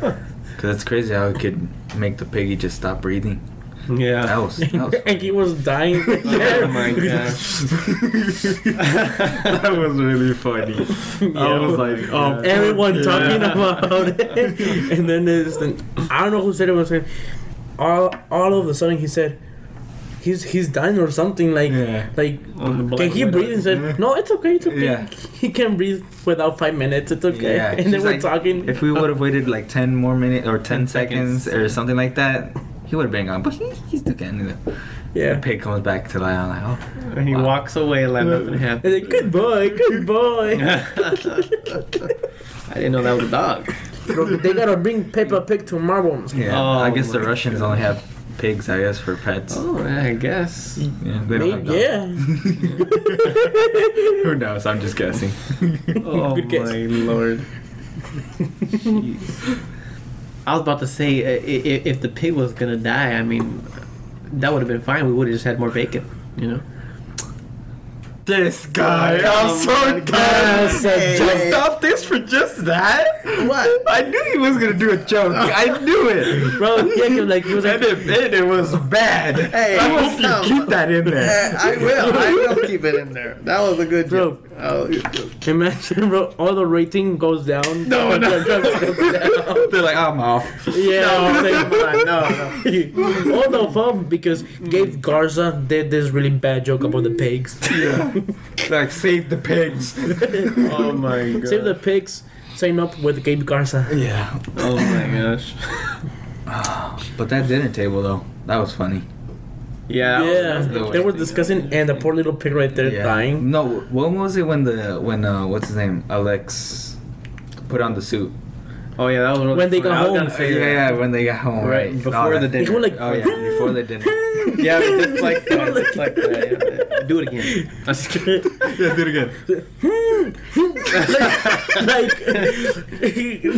Cause it's crazy how it could make the piggy just stop breathing. That yeah. was. That was and he was dying. Oh my gosh. that was really funny. I was like, oh, Um, Everyone yeah. talking about it, and then there's the, I don't know who said it was said. All all of a sudden he said, he's he's dying or something like Yeah. like. On the Can Black he Widow. breathe? And said, "No, it's okay. It's okay. Yeah. He can breathe without five minutes. It's okay." Yeah, and then she's we're like, talking. If we would have waited like 10 more minutes or 10 seconds. seconds or something like that, he would have been gone. But he, he's still getting it. The yeah. pig comes back to life. I'm like, oh. And he Wow. walks away like nothing And happened. then, good boy, good boy. I didn't know that was a dog. they gotta bring Peppa Pig to Marvel. Yeah. Oh I guess the my Russians only have pigs, I guess, for pets. Oh, I guess. Yeah. They don't have Maybe- dogs. yeah. Who knows? I'm just guessing. Oh Good guess. my lord! Jeez. I was about to say uh, i- i- if the pig was gonna die, I mean, that would have been fine. We would have just had more bacon, you know. this guy. I'm so God, done. it's a Just joke. stop this for just that? What? I knew he was gonna do a joke. I knew it. Bro, yeah, 'cause, like he was like, And it, and it was bad. Hey, I hope stop. you keep that in there. Uh, I will. I will keep it in there. That was a good Oh, Bro. Imagine, bro, all the rating goes down. No, no. They're like, I'm off. yeah, it's like, no, all the fun because Gabe Garza did this really bad joke about the pigs. Like, save the pigs. Oh my god. Save the pigs. Sign up with Gabe Garza. yeah. Oh my gosh. But that dinner table, though, that was funny. Yeah. yeah, that was- that was they were interesting. discussing, and the poor little pig right there Mm, dying. No, when was it when the, when, uh, what's his name? Alex put on the suit. Oh yeah, that was really When they funny. got I was home. gonna Yeah, say that. yeah, when they got home. Right. Right, before All the that. dinner. He was like, Oh, yeah, before the dinner. Yeah, but just like that, just like that. yeah. Do it again. I'm just kidding. yeah, do it again. like,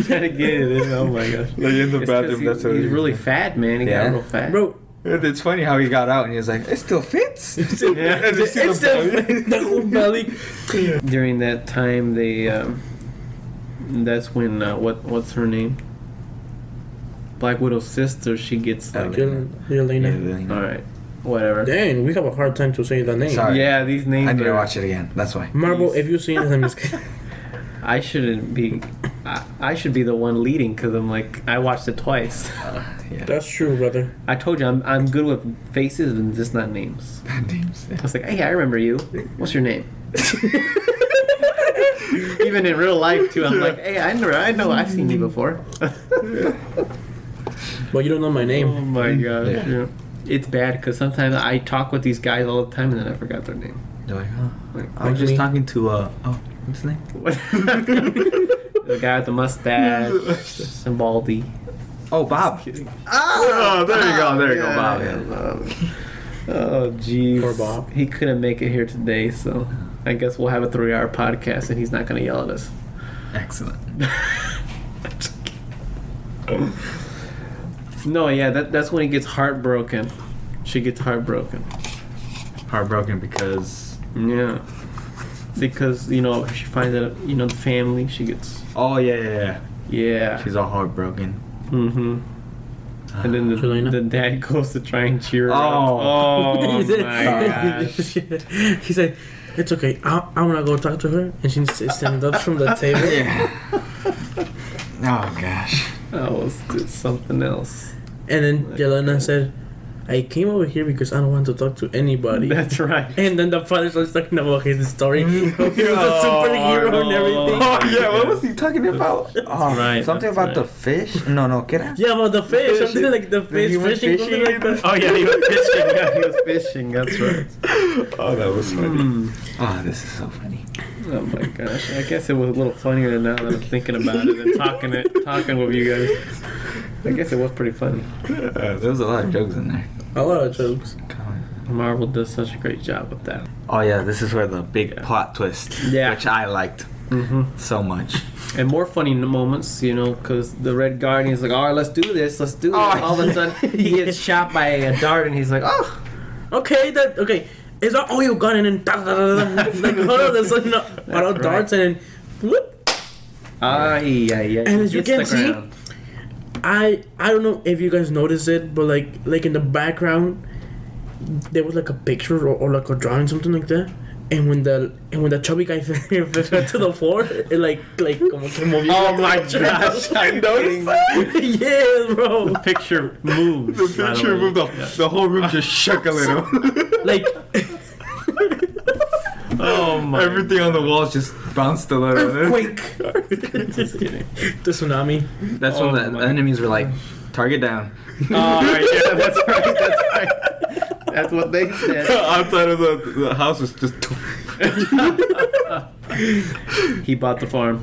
That again. and- Oh my gosh. Like in the It's 'cause bathroom, he- that's what he's it is. really fat, man. He Yeah. got real fat. bro, It's funny how he got out and he was like, it still fits. Yeah. And you see the it's the, belly. the whole belly. During that time, they. Um, that's when uh, what what's her name? Black Widow's sister. She gets like. Ellie. Yelena. All right, whatever. Dang, we have a hard time to say the name. Sorry. Yeah, these names. I need to are- watch it again. That's why. Marvel, if you see it, I'm just kidding. I shouldn't be. I, I should be the one leading because I'm like I watched it twice. Uh, Yeah. That's true, brother. I told you I'm I'm good with faces and just not names. Names. I was like, hey, I remember you. What's your name? Even in real life too, I'm like, hey, I know, I know, I've seen you before. But you don't know my Oh name. my gosh. Yeah. yeah. It's bad because sometimes I talk with these guys all the time and then I forgot their name. They're like, oh, Like, I was what do just you talking to uh, oh, what's his name? mean? the guy with the mustache and baldy. Oh, Bob. Kidding. Ah, Oh, there you go, there you Yeah, go, yeah. Bob. Oh, jeez. Poor Bob. He couldn't make it here today, so I guess we'll have a three-hour podcast, and he's not going to yell at us. Excellent. no, yeah, that, that's when he gets heartbroken. She gets heartbroken. Heartbroken because Yeah, because you know she finds out you know the family. She gets oh yeah yeah yeah. yeah. She's all heartbroken. Mm-hmm. And then the, Selena? the dad goes to try and cheer her Oh. up. Oh my gosh. He said, "It's okay. I, I'm gonna go talk to her." And she s- stands up from the table. yeah. Oh gosh. That was just something else. And then Yelena said, "I came over here because I don't want to talk to anybody." That's right. And then the father starts talking about his story. He was a Oh, superhero and everything. no. Oh, yeah, what was he talking about? Oh, right, Something that's about right. the fish? No, no, get out. Yeah, about the fish. Fish. Something like the fish he went fishing. fishing. something like that. Oh yeah, he was fishing. Yeah, he was fishing. That's right. Oh, that was Hmm. Oh, this is so funny. Oh my gosh! I guess it was a little funnier now that I'm thinking about it and talking it, talking with you guys. I guess it was pretty funny. there was a lot of jokes in there. A lot of jokes. Marvel does such a great job with that. Oh yeah, this is where the big Yeah. plot twist, Yeah. which I liked Mm-hmm. so much. And more funny moments, you know, because the Red Guardian's like, "All right, let's do this, let's do it." Oh, All of a yeah. sudden, he gets shot by a dart, and he's like, "Oh, Okay, that okay. Is that all you got? And then da, da, da, da, da. like all of the sudden, all That's of darts and then whoop. ah, yeah, yeah." And as you can see- I I don't know if you guys noticed it, but like like in the background, there was like a picture or, or like a drawing, something like that. And when the and when the chubby guy fell to the floor, it like like como que movió. Oh my gosh! I noticed that. yeah, bro. The picture moves. by The way. the whole room just shook a little. Like Oh my! on the walls just bounced a little. quick, Just kidding. the tsunami. That's Oh when the my- enemies were like, target down. Oh yeah, that's right. That's right. That's what they said. Outside of the, the house was just. He bought the farm.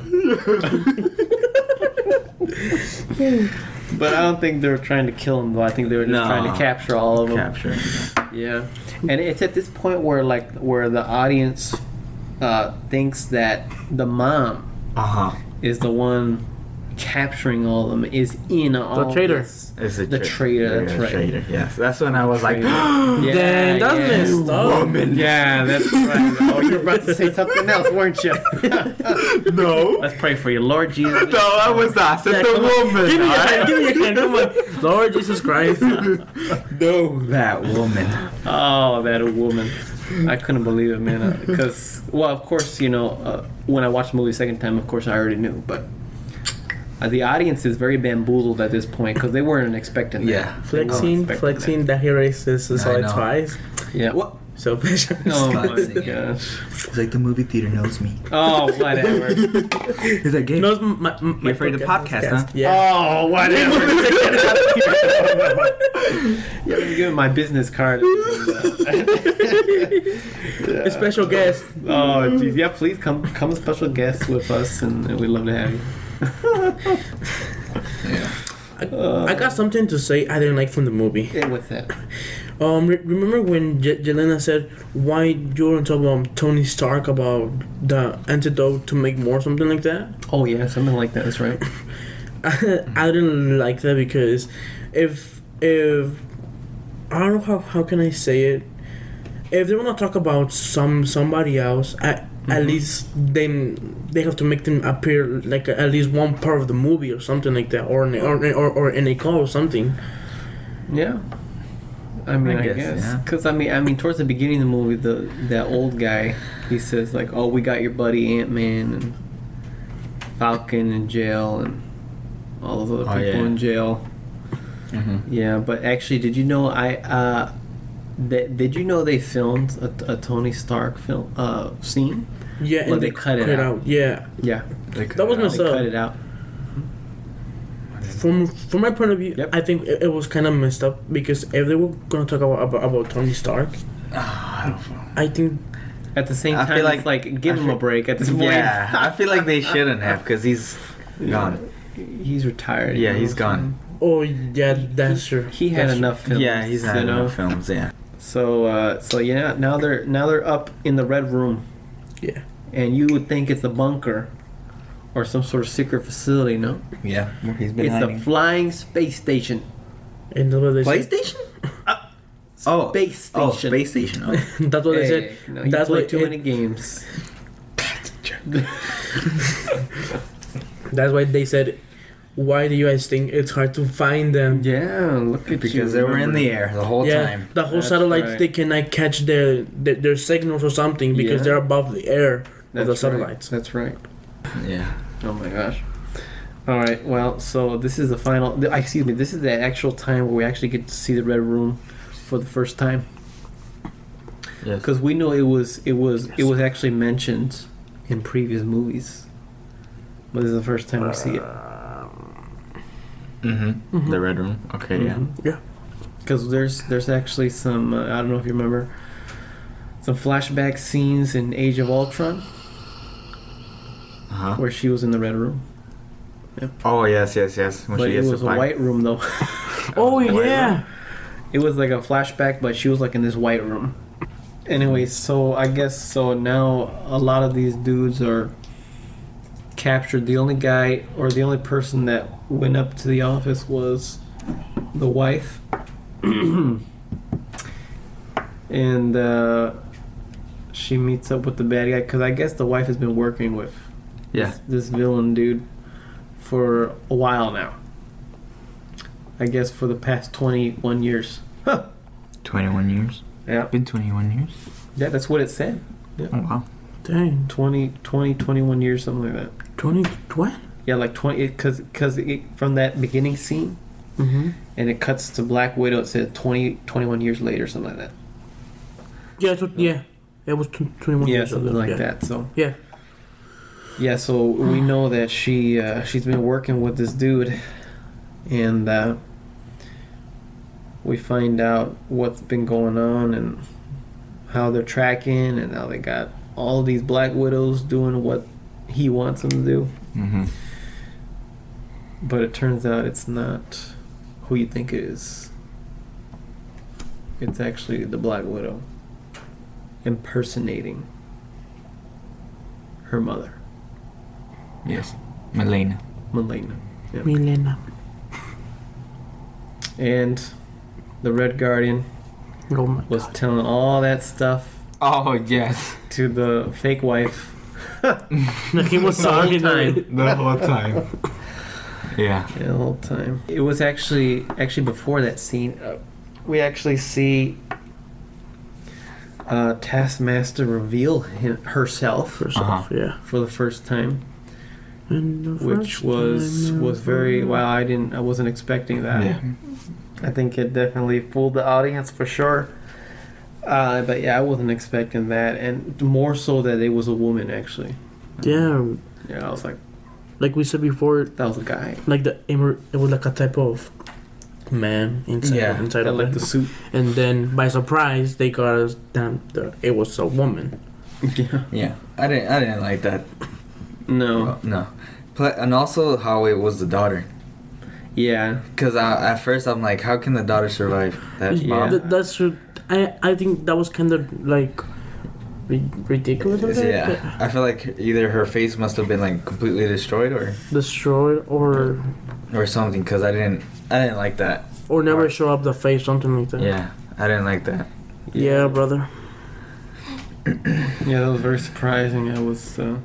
but I don't think they were trying to kill him. Though I think they were just No. trying to capture all of them. Capture. Yeah, and it's at this point where like where the audience uh, thinks that the mom Uh huh. is the one capturing all of them is in all traitor. this. It's a The tra- traitor, yeah, that's a right. Traitor. Yes. That's when I was like, Traitor. Yeah, Then that's yeah. messed up. woman. Yeah, that's right. Oh, you were about to say something else, weren't you? No. Let's pray for you, Lord Jesus. No, I was not. I said Yeah, the come on. woman. Give me your hand. alright? Give me your hand. Come on, Lord Jesus Christ. No, that woman. Oh, that woman. I couldn't believe it, man. Because, well, of course, you know, uh, when I watched the movie a second time, of course, I already knew. But uh, the audience is very bamboozled at this point because they weren't expecting that. Yeah. They weren't Flexing, expecting flexing. That he raises his I eye know. twice. that. Yeah. What? So precious. Oh, my Flexing. gosh. It's like the movie theater knows me. Oh, whatever. He's like, No, it's my, my You're afraid to podcast, huh? Yeah. Oh, whatever. yeah, I'm giving my business card. A special guest. Oh, geez. yeah. Please come, come, a special guest with us, and we'd love to have you. I got something to say I didn't like from the movie. Yeah, what's that? Um, re- remember when J- Jelena said why you don't talk about um, Tony Stark about the antidote to make more something like that? Oh yeah, something like that. That's right. I didn't like that because if if I don't know how, how can I say it. If they want to talk about some somebody else, at, Mm-hmm. at least then they have to make them appear like at least one part of the movie or something like that, or in, or, or, or in a call or something. Yeah. I mean, I I, guess, guess yeah. because I mean, I mean, towards the beginning of the movie, the that old guy, he says like, "Oh, we got your buddy Ant Man and Falcon in jail and all those Oh, other people yeah. in jail." Mhm. Yeah, but actually, did you know I uh, that did you know they filmed a, a Tony Stark film uh scene? Yeah, Well, and they cut it out. Yeah, uh, Yeah, That was they So- cut it out. from from my point of view, Yep. I think it, it was kind of messed up because if they were gonna talk about about, about Tony Stark, Ah, I think At the same I time, feel like, like- it's like give I him a feel- break at this point. Yeah, I feel like they shouldn't have because he's gone. he's retired. Yeah, you know he's what I'm gone. oh yeah, that's true. saying? He had That's enough films. yeah, he's not you in know. enough films. Yeah, So uh, so yeah, now they're now they're up in the red room, Yeah, and you would think it's a bunker, or some sort of secret facility. No, yeah, he's been it's hiding. a flying space station. and that's what they said. PlayStation. Uh, oh, space station. Oh, space station. Oh. That's what they Hey, said. no, you that's play what too it- many games. That's why they said, why do you guys think it's hard to find them? Yeah, look at you. because they were in the air the whole yeah, time. the whole That's satellites right. they cannot catch their their, their signals or something because Yeah. they're above the air of That's the right. satellites. That's right. Yeah, Oh my gosh. All right. Well, so this is the final. The, excuse me. This is the actual time where we actually get to see the red room for the first time yeah. because we know it was it was it was actually mentioned in previous movies, but this is the first time we see it Um, Mm-hmm. The red room. Okay, yeah. Yeah. Mm-hmm. because there's there's actually some uh, I don't know if you remember some flashback scenes in Age of Ultron Mm-hmm. Uh huh. where she was in the red room, Oh yes, yes, yes. When but she it gets was a attacked. white room though. Oh The white yeah. It was like a flashback, but she was like in this white room. Anyway, so I guess so now a lot of these dudes are captured. The only guy or the only person that went up to the office was the wife. and uh, she meets up with the bad guy because I guess the wife has been working with Yeah. this, this villain dude for a while now. I guess for the past 21 years. Huh. Twenty-one years. Yeah. Been twenty-one years. Yeah, that's what it said. Oh wow. Dang. 20, 20 21 years, something like that. Twenty what? Yeah, like 20, because cause it, from that beginning scene, Mm-hmm. and it cuts to Black Widow, it said 20, 21 years later, something like that. Yeah, so, yeah. It was tw- twenty-one. Yeah, years old, something like yeah. that. So, Yeah. yeah, so we know that she, uh, she's been working with this dude, and uh, we find out what's been going on and how they're tracking, and how they got all these Black Widows doing what he wants them to do. Mm-hmm. But it turns out it's not who you think it is. It's actually the Black Widow impersonating her mother, Yes. Melena. Melina. Milena. And the Red Guardian Oh my was god. telling all that stuff Oh yes. to the fake wife. he was The whole talking time. The whole time. yeah. Yeah, the whole time. It was actually actually before that scene. Uh, we actually see uh, Taskmaster reveal him, herself First off, yeah. for the first time. And the which first was time was very ever- wow i didn't i wasn't expecting that Yeah. i think it definitely fooled the audience for sure uh, but yeah i wasn't expecting that and more so that it was a woman actually Yeah, yeah i was like like we said before, that was a guy like the immer- it was like a type of man inside Yeah, inside that of like it. the suit and then by surprise they got us down the, it was a woman yeah Yeah. I didn't. I didn't like that. no Hmm. Well, no. Pla- and also how it was the daughter. yeah Because at first I'm like, how can the daughter survive that Yeah. bomb? Th- that's true. I I think that was kind of like ri- ridiculous a bit. Yeah, I feel like either her face must have been like completely destroyed or destroyed or or something. Because I didn't, I didn't like that. or never Right. show up the face something like that Yeah, I didn't like that. yeah brother yeah that was very surprising i was uh,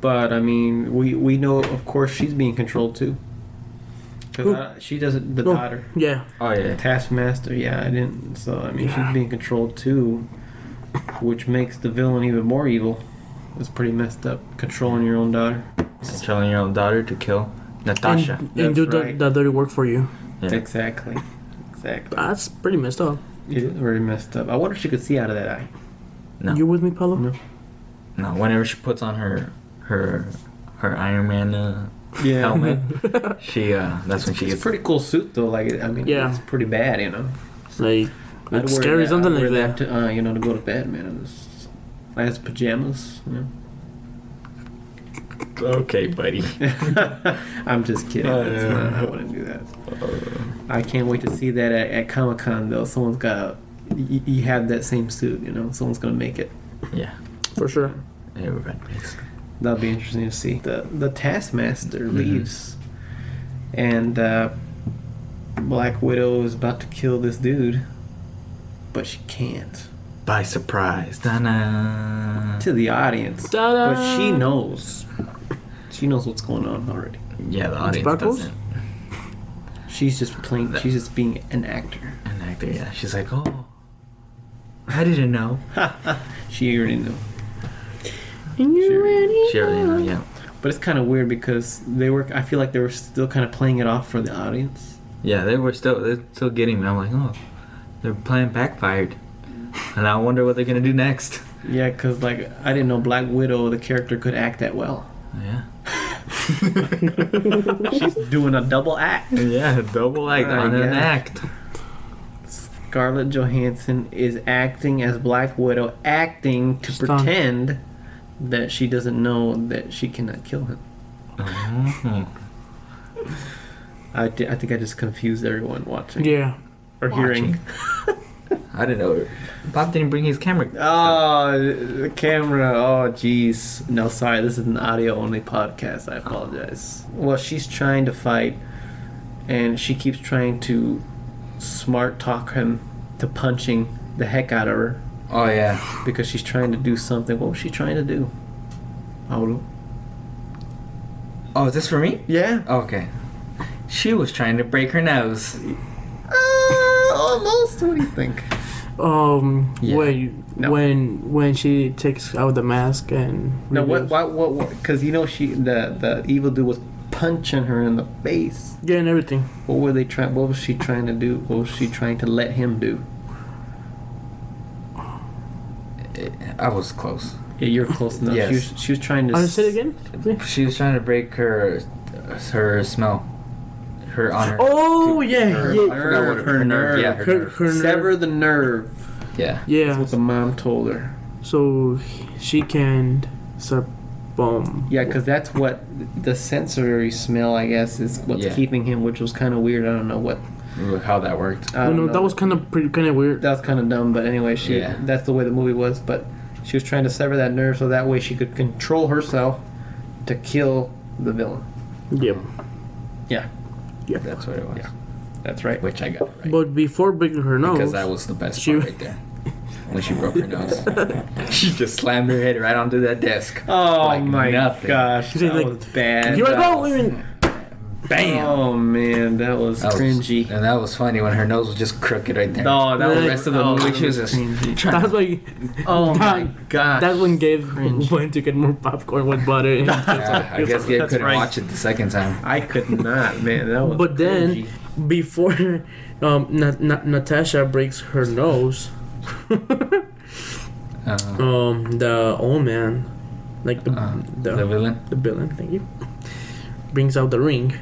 but i mean we we know of course she's being controlled too Who? because she doesn't the No. daughter yeah Oh yeah, Taskmaster, yeah, I didn't. So I mean, Yeah. she's being controlled too, which makes the villain even more evil. It's pretty messed up. Controlling your own daughter. telling your own daughter to kill Natasha. and, That's and do right. the, the dirty work for you yeah. Uh, Exactly. Exactly. that's pretty messed up It is very messed up. I wonder if she could see out of that eye. No. you with me Paulo? No. No, whenever she puts on her her her Iron Man uh, Yeah. helmet. she uh, that's when she It's a gets. pretty cool suit though. Like I mean, Yeah. it's pretty bad, you know. Like I'd it's wear scary, that- something I'd like wear that. to, uh, you know, to go to bed, man. It was nice pajamas. You know? Okay, buddy. I'm just kidding. Oh, That's yeah. not- I wouldn't do that. I can't wait to see that at, at Comic Con though. Someone's got you, you have that same suit. You know, someone's gonna make it. yeah. For sure. Yeah, we're back. Thanks. That'll be interesting to see. The the Taskmaster Mhm. leaves, and uh, Black Widow is about to kill this dude, but she can't. By surprise. Ta-da. To the audience, Ta-da! but she knows. She knows what's going on already. Yeah, the audience Sparkles? doesn't. She's just playing. She's just being an actor. An actor, yeah. She's like, oh, I didn't know. She already knew. She already know, yeah. But it's kind of weird because they were. I feel like they were still kind of playing it off for the audience. Yeah, they were still they're still getting me. I'm like, oh, their plan backfired, and I wonder what they're gonna do next. Yeah, because like I didn't know Black Widow, the character, could act that well. Yeah. She's doing a double act. Yeah, double act Ah, on an yeah. act. Scarlett Johansson is acting as Black Widow, acting to Stunned. pretend that she doesn't know that she cannot kill him. Mhm. I, di- I think I just confused everyone watching Yeah. or hearing. I didn't know. Bob didn't bring his camera. Oh, the camera. Oh, jeez. No, sorry. This is an audio only podcast. I apologize. Well, she's trying to fight, and she keeps trying to smart talk him to punching the heck out of her Oh yeah. because she's trying to do something. What was she trying to do? Paulo. Oh, is this for me? Yeah. Okay. She was trying to break her nose. Uh, almost. What do you think? Um. Yeah. When No. when when she takes out the mask and No. What? reveals- What? What? Because you know she the the evil dude was punching her in the face. Yeah, and everything. What were they trying? What was she trying to do? What was she trying to let him do? I was close. Yeah, you're close enough. Yes. She, was, she was trying to. I'll s- Oh, Uh, say it again. She was trying to break her her smell. Her honor. Oh yeah, yeah. Her nerve, her nerve. Yeah, her Her, nerve. her Sever the nerve. Yeah. That's Yeah. what the mom told her. So she can. So, boom. Yeah, because that's what the sensory smell, I guess, is what's Yeah. keeping him, which was kind of weird. I don't know what. How that worked. I You don't know, know. that was kind of pretty, kind of weird. that was kind of dumb, but anyway, she Yeah. that's the way the movie was. But she was trying to sever that nerve so that way she could control herself to kill the villain. Yep. Yeah, Yep. That's what it was. Yeah. that's right. Which I got it right. But before breaking her nose, because that was the best she- part right there. When she broke her nose, she just slammed her head right onto that desk. Oh Like my nothing. gosh, She's that like, was bad. here I that go. was- even- Bam. Oh man, that was That was- cringy. and that was funny when her nose was just crooked right there. No, that the was- rest of the oh, movie that she was was just cringy. trying. That's why oh my that- gosh, that one gave Cringe. went to get more popcorn with butter. And Yeah, I guess Gabe That's couldn't right. watch it the second time. I could not, man. That was. But then, cringy. before um, Na- Na- Natasha breaks her nose, Uh, um, the old man, like the uh, the the, villain. the villain, thank you, brings out the ring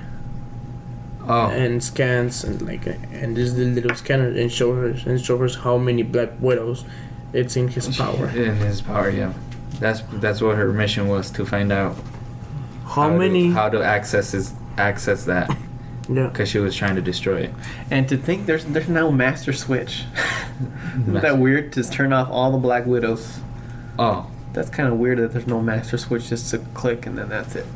Oh, and scans and like and this little scanner and shows her and shows her how many black widows it's in his power. in his power. Yeah, that's that's what her mission was to find out How to- many? how to access his access that yeah. because she was trying to destroy it. and to think there's there's no master switch. Isn't that weird? Just turn off all the Black Widows. Oh, That's kind of weird that there's no master switch. Just to click and then that's it.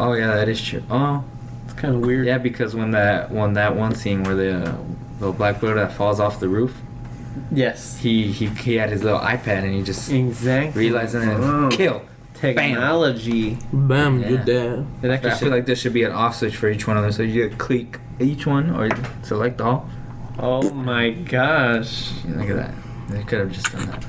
oh yeah, that is true. Oh, It's kind of weird. Yeah, because when that when that one scene where the uh, the black widow that falls off the roof, Yes. he he, he had his little iPad and he just Exactly. realized and Oh, then kill. technology. Bam, you Yeah. dead. It I actually. feel like there should be an off switch for each one of them, so you could click each one or select all. oh my gosh. Look at that. They could have just done that,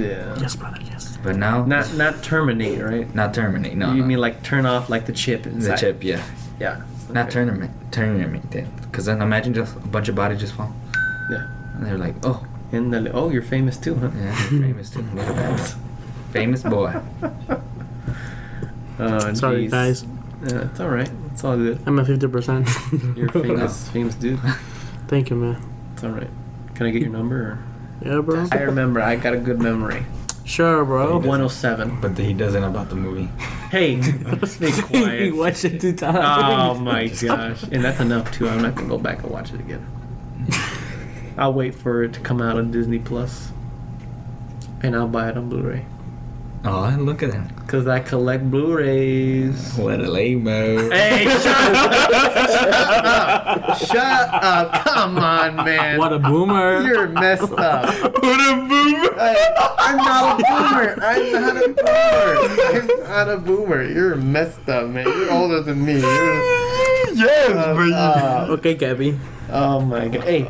Yeah. Yes, brother. Yes. but now Not not terminate, right? not terminate. No, you no. mean like turn off like the chip the inside? chip? Yeah, Yeah. not Okay. tournament. Tournament then, because then imagine just a bunch of bodies just fall. Yeah. And they're like, oh, And the, oh, you're famous too, huh? yeah, famous too. Look at that, famous boy. Oh, Sorry, jeez. guys. Uh, Yeah, it's all right. It's all good. I'm at fifty percent. You're famous, famous dude. Thank you, man. It's all right. Can I get your number? Yeah, bro. Or? I remember. I got a good memory. Sure, bro. Thank 107. But he doesn't about the movie. Hey, stay we quiet. watched it two Oh times. my gosh. And that's enough too. I'm not gonna go back and watch it again. I'll wait for it to come out on Disney Plus, And I'll buy it on Blu-ray. Oh, look at him. Cause I collect Blu-rays. What a lame-o. Hey, shut up! Shut up! Shut up! Come on, man. What a boomer. You're messed up. What a boomer! I, I'm not a boomer. I'm not a boomer. I'm not a boomer. You're messed up, man. You're older than me. You're, yes, Uh, bro. uh, okay, Gabby. oh my god. Hey,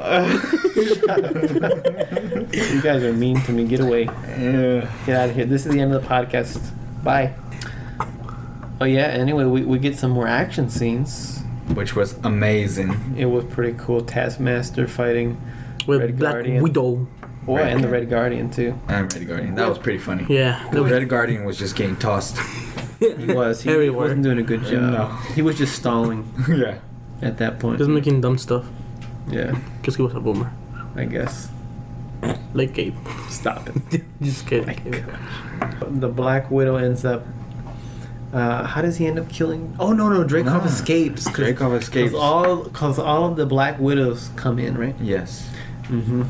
you guys are mean to me. Get away. Yeah. Get out of here. This is the end of the podcast. Bye. Oh yeah. Anyway, we, we get some more action scenes. Which was amazing. It was pretty cool. Taskmaster fighting. With Red Black Guardian. Widow. Oh, Red and the Guardian. Red Guardian too. And Red Guardian. That was pretty funny. Yeah. The Red Guardian was just getting tossed. He was. He, he Everywhere. wasn't doing a good job. No. He was just stalling yeah. at that point. Just making dumb stuff. yeah, Because he was a boomer. I guess. Like Gabe. Stop it. Just kidding. The Black Widow ends up. Uh, how does he end up killing? Oh no no! Dracov Ah. escapes. 'cause- Dracov escapes. Cause all, cause all of the Black Widows come in, right? Yes. Mm-hmm.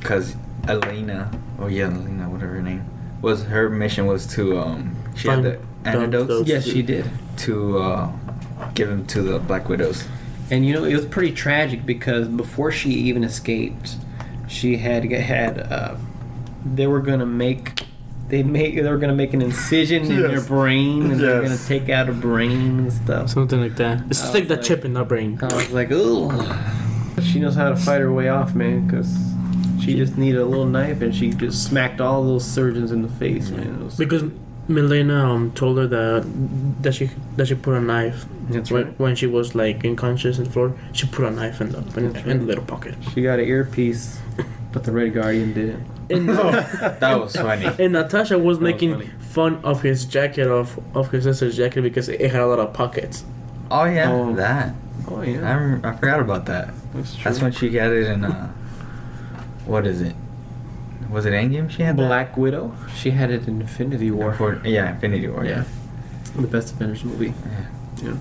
Because Elena, oh yeah, Elena, whatever her name was, her mission was to, um, she Find had the antidotes those- Yes, she did. to uh, give them to the Black Widows. And you know, it was pretty tragic because before she even escaped, she had had. Uh, they were gonna make. They make. They were gonna make an incision in Yes. her brain, and they're gonna Yes. take out her brain and stuff. Something like that. It's I just like was that like- chip in our brain. I was like, ooh. She knows how to fight her way off, man, because she just needed a little knife and she just smacked all those surgeons in the face, man. It was- Because Milena um, told her that that she that she put a knife That's when, right. when she was like unconscious on the floor. She put a knife in the in, in the little pocket. she got an earpiece, but the Red Guardian didn't. And, That was funny. and Natasha was was making fun of his jacket of of his sister's jacket because it had a lot of pockets. Oh yeah, Oh. that. Oh I, yeah, rem- I forgot about that. that's true. That's when she got it in, uh, what is it? Was it Endgame she had? that? Black Widow. She had it in Infinity War. Or- yeah, Infinity War. Yeah. The best Avengers movie. Yeah.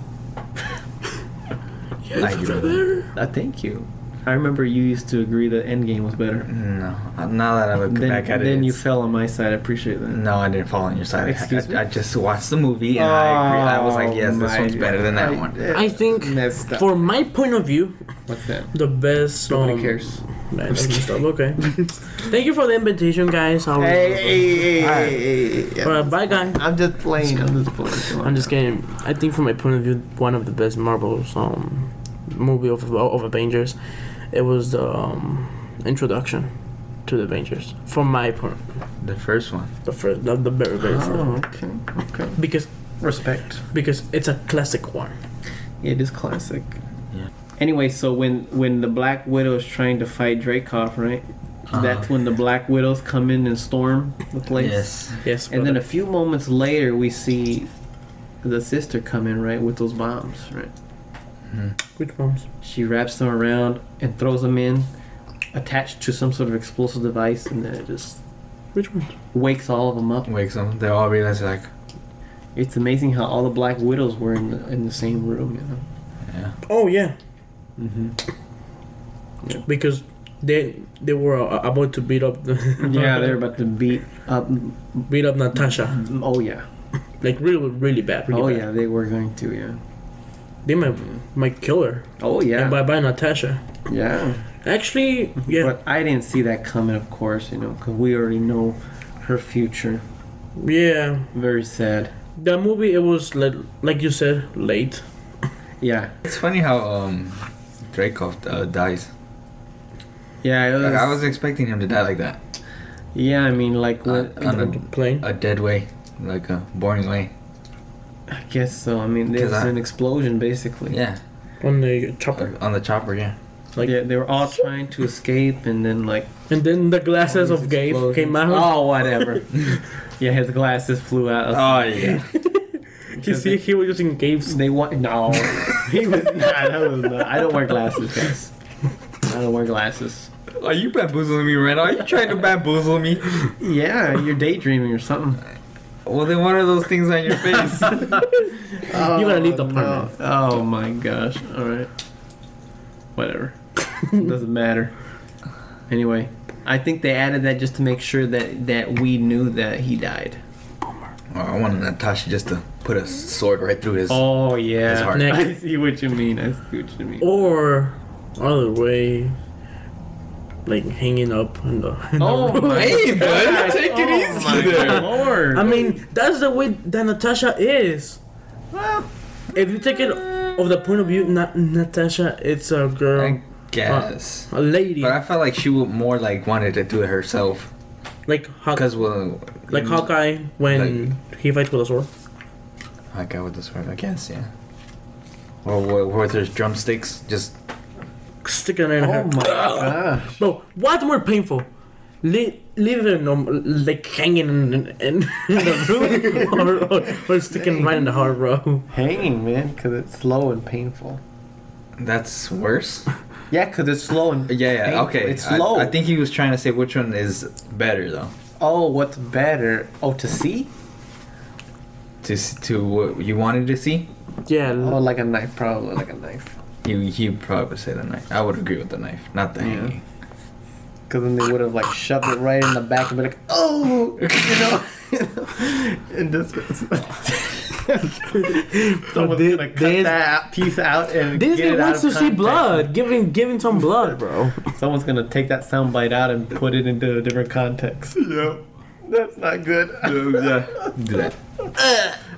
Thank you, brother. I Uh, thank you. I remember you used to agree that Endgame was better. No, uh, now that I look Then, back at it, then you it's- fell on my side. I appreciate that. No, I didn't fall on your side. I- Excuse I, me? I just watched the movie and I agree. I was like, Oh, yes, this my one's better than that God. one. Yeah. I think Messed up. for my point of view, What's that? the best. Nobody um, cares. Man, that's messed up. Okay. Thank you for the invitation, guys. I was- Alright, bye, guy. I'm just playing. I'm just playing. Come on. I'm just kidding. I think from my point of view, one of the best Marvel's um, movie of of Avengers, it was the um, introduction to the Avengers. From my point, The first one. the first, the, the very very first one. Oh, okay. Okay. because Respect. because it's a classic one. It is classic. Yeah. Anyway, so when when the Black Widow is trying to fight Dracoff, right? That's when the Black Widows come in and storm the place. Uh-huh. Yes. Yes, And then a brother. few moments later, we see the sister come in, right, with those bombs, right? which ones? She wraps them around and throws them in, attached to some sort of explosive device, and then it just Which ones? wakes all of them up. Wakes them. They all realize like, It's amazing how all the Black Widows were in the, in the same room, you know? yeah. Oh yeah, Mm-hmm. because they they were uh, about to beat up the Yeah, they're about to beat up. beat up Natasha Oh yeah, like really really bad. Really oh bad. yeah, they were going to. Yeah. they might might kill her. Oh Yeah. yeah. And bye bye Natasha. yeah. Actually, yeah, But I didn't see that coming, of course, you know, because we already know her future. yeah. Very sad. That movie, it was like, like you said, late. Yeah. It's funny how um, Dracov uh, dies. Yeah. It was, Like, I was expecting him to die like that, Yeah, I mean, like, uh, what, on the a, plane. a dead way, like a boring way. I guess so. I mean, there 'Cause was I- an explosion, basically. Yeah. on the chopper, Like, on the chopper. Yeah. like, yeah, they were all trying to escape, and then like and then the glasses all Oh, these of Gabe explosions. came out. Oh, whatever. yeah, his glasses flew out. Oh yeah. You see, he was using caves. They want no. he was not. I was not. I don't wear glasses, guys. I don't wear glasses. Are you bamboozling me right now? Are you trying to bamboozle me? Yeah, you're daydreaming or something. Well, then what are those things on your face? You're gonna leave the Oh, no. apartment. Oh my gosh. All right. Whatever. Doesn't matter. Anyway, I think they added that just to make sure that that we knew that he died. oh, I wanted Natasha just to put a sword right through his. Oh yeah. That's hard. Next. I see what you mean. I see what you mean. Or other way, like hanging up on the. on the Oh, rope. hey, bud, gosh. take it Oh, easy my there. Lord. I mean, that's the way that Natasha is. Well, If you take it of the point of view, Na- Natasha, it's a girl, Uh, I guess. a lady, But I felt like she would more like wanted to do it herself. like Hawk, Because, well. Uh, like Hawkeye when he fights with a sword. Hawkeye with the sword, I guess, yeah. Or where, where there's drumsticks, just. Stick it in oh her. my gosh. Bro, what more painful? Le- leave it in, like hanging in, in, in the room or, or, or sticking right in the heart, bro. Hanging, man, because it's slow and painful. That's worse? Yeah, because it's slow and Yeah, yeah, painful. okay. It's I- slow. I, think he was trying to say which one is better, though. Oh, what's better? Oh, to see? To s- to what you wanted to see, Yeah, Oh, like a knife, probably like a knife. he he would probably say the knife. I would agree with the knife, not the Yeah. hanging. Because then they would have like shoved it right in the back and be like, oh, you know, and just someone's thi- gonna cut this- that piece out and get Disney it out wants of to see context. blood. Give him, give him some blood, bro. Someone's gonna take that sound bite out and put it into a different context. Yeah, that's not good. yeah, do that.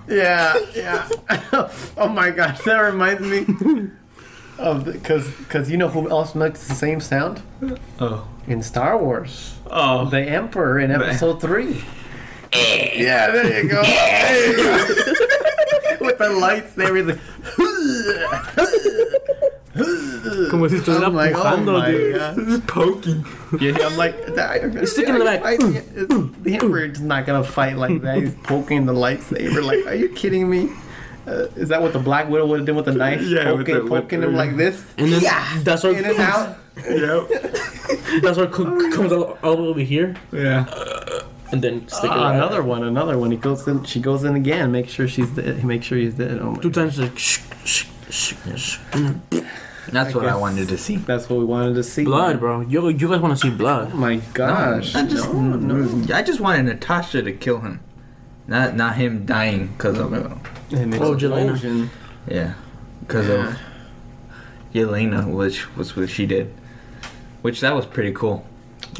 Yeah, yeah. oh my gosh, that reminds me of because because you know who else makes the same sound Oh, in Star Wars, oh, the Emperor in Episode Three. yeah, there you go. With the lights and everything. Como si estuviera I'm like, oh pujando, my dude. gosh. poking. Yeah, I'm like, sticking in the back. I- I- The Emperor's not gonna fight like that. He's poking the lightsaber. Like, are you kidding me? Uh, is that what the Black Widow would have done with the knife? Yeah, with poking, the- with poking the- him like this, And then that's what in and out. Yeah, that's what co- comes all, all over here, yeah. and then stick it Ah, right another one, another one. He goes in. She goes in again. Make sure she's dead. Make sure he's dead. Oh my two times like shh, shh, shh, shh. That's what I guess- wanted to see. That's what we wanted to see. blood, bro. You you guys want to see blood? Oh my gosh. Mm-hmm. I just, no, no. I just wanted Natasha to kill him, not not him dying because of him. And Oh, Jelena. explosion. Yeah, because of Yelena, which was what she did, which that was pretty cool,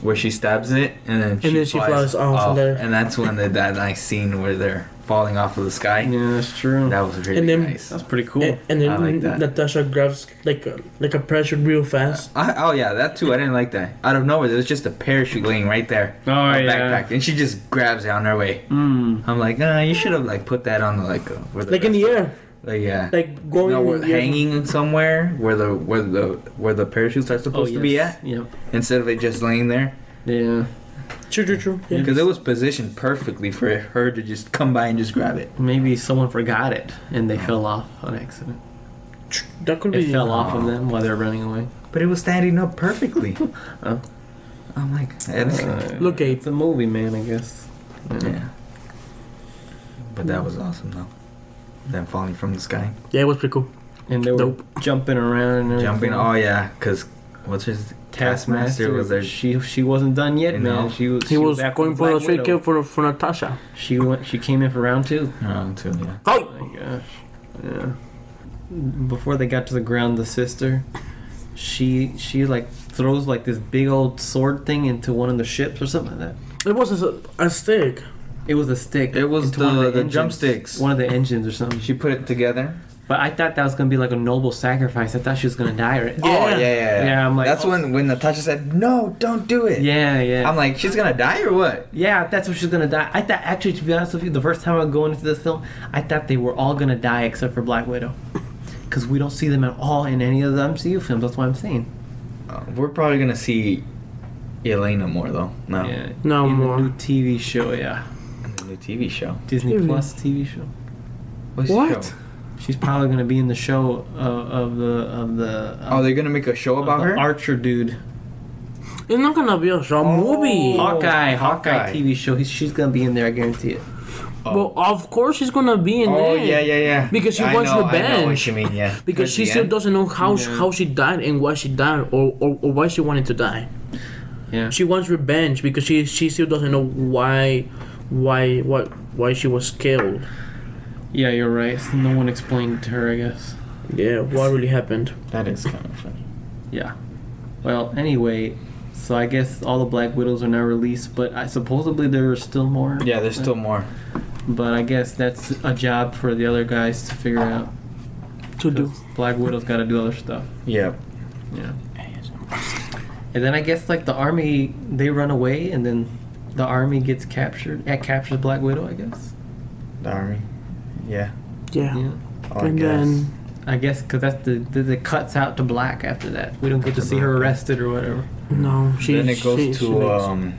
where she stabs it and then she, then she flies off there. and that's when the, that nice scene where they're falling off of the sky. Yeah, that's true. That was really And then- nice. That's pretty cool. And, and then I like that. Natasha grabs like a, like a parachute real fast. I, oh yeah, that too. I didn't like that. Out of nowhere, there was just a parachute laying right there, oh a yeah. backpack, and she just grabs it on her way. Mm. I'm like, ah, you should have like put that on like uh, where Like in the air, like, yeah, like going no, in where- the air. hanging somewhere where the where the where the parachutes Oh, are supposed to be at, Yep. instead of it just laying there. Yeah. True, true, true. Yeah. Because it was positioned perfectly for her to just come by and just grab it. Maybe someone forgot it and they fell off on accident. That could It be. fell off of them while they're running away. But it was standing up perfectly. Oh. I'm like, I don't- Uh, Look, Abe. it's a movie, man. I guess. yeah. But that was awesome though. Them falling from the sky, Yeah, it was pretty cool. And they were Nope. jumping around and everything. jumping. Oh yeah, because what's his Taskmaster was there. She she wasn't done yet, No. man. She was. He she was, after going the for Black a straight Widow. kill for for Natasha. She went. She came in for round two. Oh, too, yeah. Oh Oh, my gosh. Yeah. Before they got to the ground, the sister, she she like throws like this big old sword thing into one of the ships or something like that. it was a, a stick. It was a stick. It was into one of the- the engines- jump sticks. One of the engines or something. She put it together. But I thought that was gonna be like a noble sacrifice. I thought she was gonna die right. Yeah. Oh yeah, yeah. Yeah, I'm like, that's oh. when when Natasha said, "No, don't do it." Yeah, yeah. I'm like, she's gonna die or what? Yeah, that's what she's gonna die. I thought, actually, to be honest with you, the first time I go into this film, I thought they were all gonna die except for Black Widow, because we don't see them at all in any of the MCU films. That's what I'm saying. Uh, we're probably gonna see Elena more though. No, Yeah, No in more. the new TV show. Yeah, in the new TV show. Disney Really? Plus TV show. What's the What? show? She's probably gonna be in the show of, of the of the. uh, Of, Oh, they're gonna make a show of about the her. Archer dude. It's not gonna be a show Oh. movie. Oh. Hawkeye, Hawkeye, Hawkeye. TV show. He's, she's gonna be in there. I guarantee it. Well, of course she's gonna be in Oh there. yeah, yeah, yeah. Because she I wants know, I know revenge. what you mean, yeah. Because Towards she the still end. doesn't know how Yeah. how she died and why she died or, or, or why she wanted to die. Yeah. She wants revenge because she she still doesn't know why why why why she was killed. Yeah, you're right. No one explained to her, I guess. Yeah, what really happened? That is kind of funny. Yeah. Well, anyway, so I guess all the Black Widows are now released, but I, supposedly there are still more. Yeah, there's still more. But I guess that's a job for the other guys to figure out. To do 'cause Black Widow's got to do other stuff. Yeah. Yeah. And then I guess like the army, they run away, and then the army gets captured. It captures Black Widow, I guess. The army. Yeah. yeah, Yeah. Oh, I and guess. then I guess because that's the, the the cuts out to black after that. We don't get to see her arrested or whatever. no, she then it goes she, to she makes- um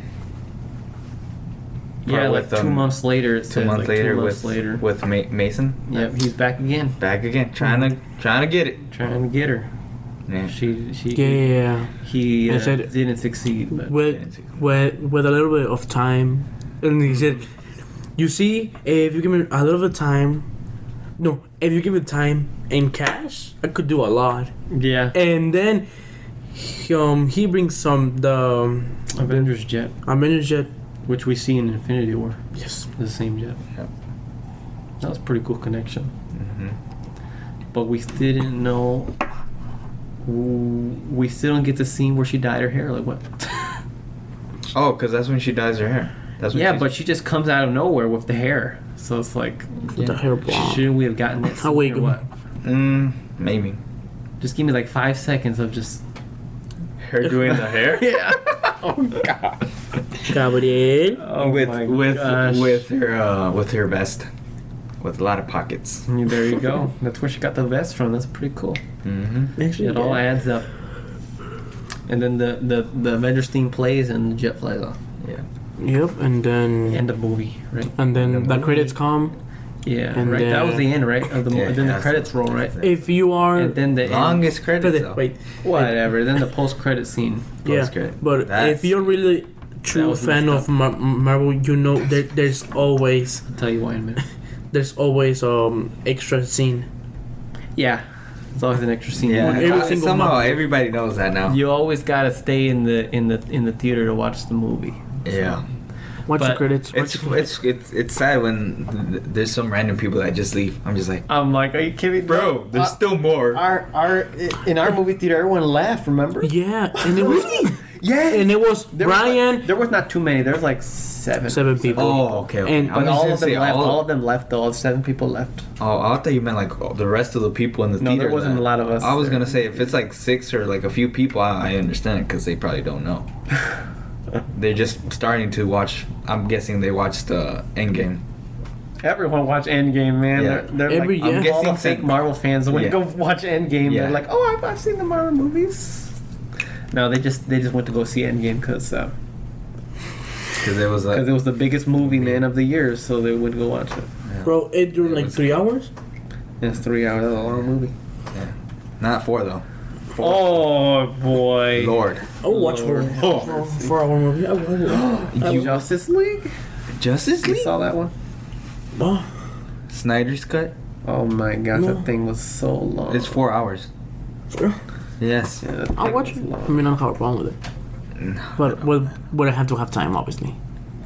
Yeah, Or like with, two um, months later. It two says, months like, later Two months with later. with Ma- Mason Yep, he's back again, back again, trying to trying to get it. trying to get her. Yeah. She she yeah, yeah, he I uh, said- didn't succeed. yeah. But with with with a little bit of time, and he said, "You see, if you give me a little bit of time, no, if you give me time and cash, I could do a lot." yeah, And then, he, um, he brings some the um, Avengers jet, I manager. which we see in Infinity War, Yes. the same jet. Yep. That was a pretty cool connection, hmm but we still didn't know. We still don't get the scene where she dyed her hair. Like what? Oh, because that's when she dyes her hair. That's when Yeah, she's- but she just comes out of nowhere with the hair. So it's like, With the hair blonde. shouldn't we have gotten that? How scene we or go- what? mm, maybe Just give me like five seconds of just her doing the hair. yeah. Gabriel. with Oh my with gosh. with her uh, with her vest, with a lot of pockets. Yeah, There you go. That's where she got the vest from. That's pretty cool. Mm-hmm. Actually, It all yeah. adds up. And then the, the, the Avengers theme plays and the jet flies off. Yeah. Yep, and then End of movie, right? and then the movie. credits come. Yeah, And right. that then- was the end, right? Of the mo- Yeah, then the that's- credits roll, right? If you are And then the end, Longest credits. though. wait, whatever. Then the post credit scene. yeah, That's good. but That's- if you're really true was fan messed of Mar- Marvel, you know there, there's always I'll tell you why in a minute. there's always um extra scene. Yeah, it's always an extra scene. Yeah. Every uh, single somehow month. everybody knows that now. You always gotta stay in the in the in the theater to watch the movie. Yeah. Watch the But credits. watch It's the credits. it's it's it's sad when th- there's some random people that just leave. I'm just like, I'm like, are you kidding, me? bro, there's Uh, still more. Our our in our movie theater, everyone laughed. Remember? yeah, and it was Yeah. and it was There was Brian. like- there was not too many. There was like seven. Seven people. Oh, okay. okay. And- I But was all gonna of them say, left. all- All of them left. Though all seven people left. Oh, I thought you meant like oh, the rest of the people in the No, there theater. wasn't that- a lot of us I was there. gonna say if it's like six or like a few people, I, I understand because they probably don't know. They're just starting to watch. I'm guessing they watched uh, Endgame. Everyone watched Endgame, man. Yeah. They're, they're Every like, year. I'm all the guessing fake they- Marvel fans when Yeah. they go watch Endgame, Yeah. they're like, "Oh, I've, I've seen the Marvel movies." No, they just they just went to go see Endgame because Because it was because it like, was the biggest movie, man, of the year. So they would go watch it. Bro, it during It like was- three hours. And it's three hours. That's a long movie. yeah. not four though. Oh boy! Lord, I would watch for Oh. for four hour movie. I would- I would- You- Justice League? Justice You League, saw that one? Oh, Snyder's cut. Oh my gosh, No. that thing was so long. It's four hours. for- Yes. Yeah, that I'll thing watch was it. I long. mean, I don't have a problem with it. But would would I have to have time? Obviously,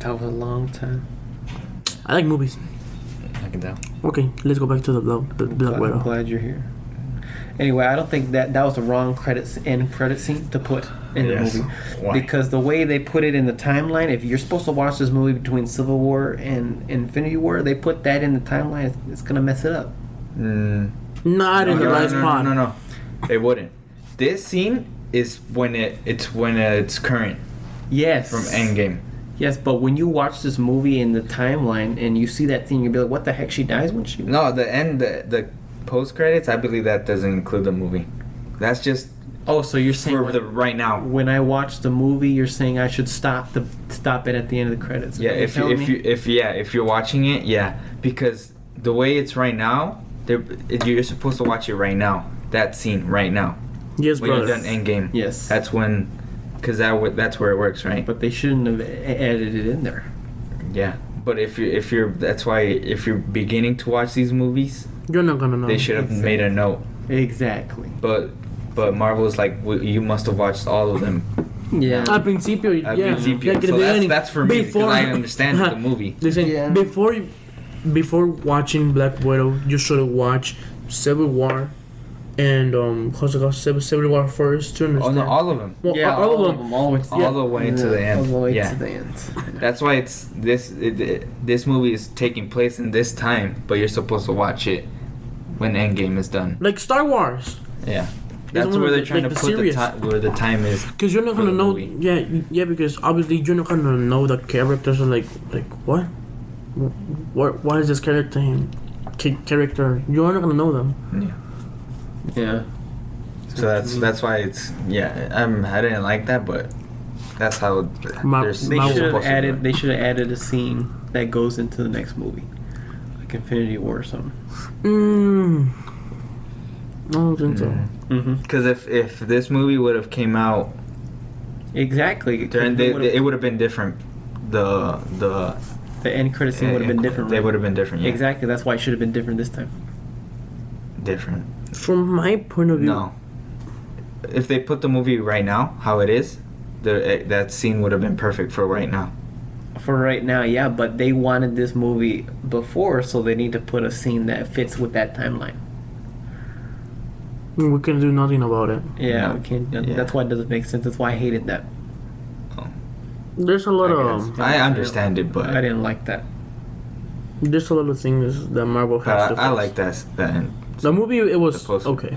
That was a long time. I like movies. I can tell. Okay, let's go back to the Black, the Black Glad- I'm Widow. glad you're here. Anyway, I don't think that that was the wrong credits end credit scene to put in Yes. the movie Why? because the way they put it in the timeline, if you're supposed to watch this movie between Civil War and Infinity War, they put that in the timeline. It's, it's gonna mess it up. Mm. Not in no, the no, right no, spot. No, no, no, it wouldn't. This scene is when it it's when it's current Yes, from Endgame. Yes, but when you watch this movie in the timeline and you see that scene, you'll be like, "What the heck? She dies when she." No, the end, the, the post credits. I believe that doesn't include the movie. That's just Oh, so you're saying for the right now. when I watch the movie, you're saying I should stop the stop it at the end of the credits. Yeah, if you, if you if yeah if you're watching it, yeah, because the way it's right now, they're, you're supposed to watch it right now. That scene right now. Yes, When you're brother. done Endgame. Yes. That's when, because that w- that's where it works, right? but they shouldn't have e- added it in there. yeah. But if you're if you're that's why if you're beginning to watch these movies, You're not gonna know. they should have made a note. Exactly. But but Marvel's like "W- you must have watched all of them. Yeah. Al principio, Al yeah. principio. Like, So the that's- beginning. that's for me, because I understand the movie. Listen, Yeah. before before watching Black Widow, you should watch Civil War and um how's it called? Civil, Civil War first to Oh understand. no, all of them. well, all, of them. all the way to, All the way to the end. All the way Yeah. to the end. That's why it's this it, it- this movie is taking place in this time, but you're supposed to watch it when Endgame is done. Like Star Wars, Yeah. one That's of where they're the- trying like to the put serious- the time where the time is. because you're not For gonna the know. movie. Yeah, yeah, because obviously you're not gonna know the characters. Are like, like what? What? Why is this character? Him? ca- Character, you're not gonna know them. Yeah. Yeah. So that's Mm-hmm. that's why it's yeah. I'm I didn't like that, but that's how Ma- they're They Marvel should have supposed to added. do it. They should have added a scene that goes into the next movie, like Infinity War or something. Mm. I don't think so. Mm-hmm. Because if if this movie would have came out Exactly. during They they, would've- it would have been different. The the the end credit scene would have been different. Eh, They right? would have been different. Yeah. Exactly. That's why it should have been different this time. Different. From my point of view, No. If they put the movie right now, how it is, the, eh, that scene would have been perfect for right now. For right now, yeah, but they wanted this movie before, so they need to put a scene that fits with that timeline. we can do nothing about it. Yeah, No. we can't, that- Yeah. that's why it doesn't make sense. That's why I hated that. There's a lot I, of guess. I understand it, but I didn't like that. there's a lot of things that Marvel but has. to I, I fix. like that. the movie. It was Supposed to. okay.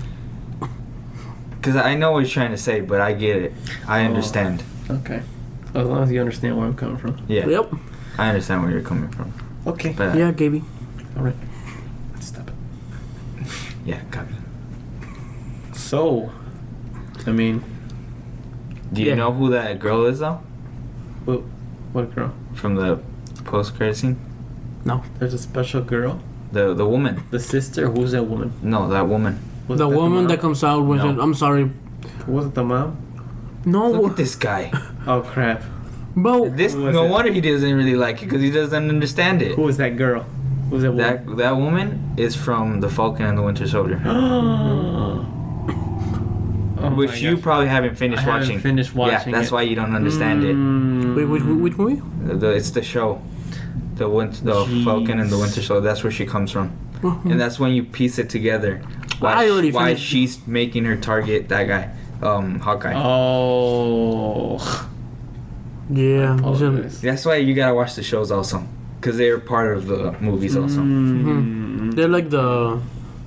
Because I know what he's trying to say, but I get it. I Oh. understand. Okay. As long as you understand where I'm coming from. Yeah. Yep. I understand where you're coming from. Okay. But yeah, Yeah, Gaby. All right. Stop it. yeah copy. So, I mean, Do you Yeah. know who that girl is, though? what, what girl? From the post credit scene? No, There's a special girl. The, the woman. The sister. Who's that woman? No, that woman. Was the woman that comes out when No. she- I'm sorry. was it the mom? No, Look at this guy. Oh crap! bro. This Who was no it? wonder he doesn't really like it because he doesn't understand it. Who was that girl? Who was that woman? That that woman is from the Falcon and the Winter Soldier, oh my which you Oh gosh. probably haven't finished I haven't watching. finished watching Yeah, that's it. why you don't understand Mm. Wait, which, which movie? it. The, it's the show, the winter, the Jeez. Hmm. Falcon and the Winter Soldier. That's where she comes from, and that's when you piece it together. Why, I already why finished- she's making her target that guy, um, Hawkeye. Oh. Yeah, it's in- apologize. That's why you gotta watch the shows also, because they're part of the movies also. Mm. Mm-hmm. they're like the,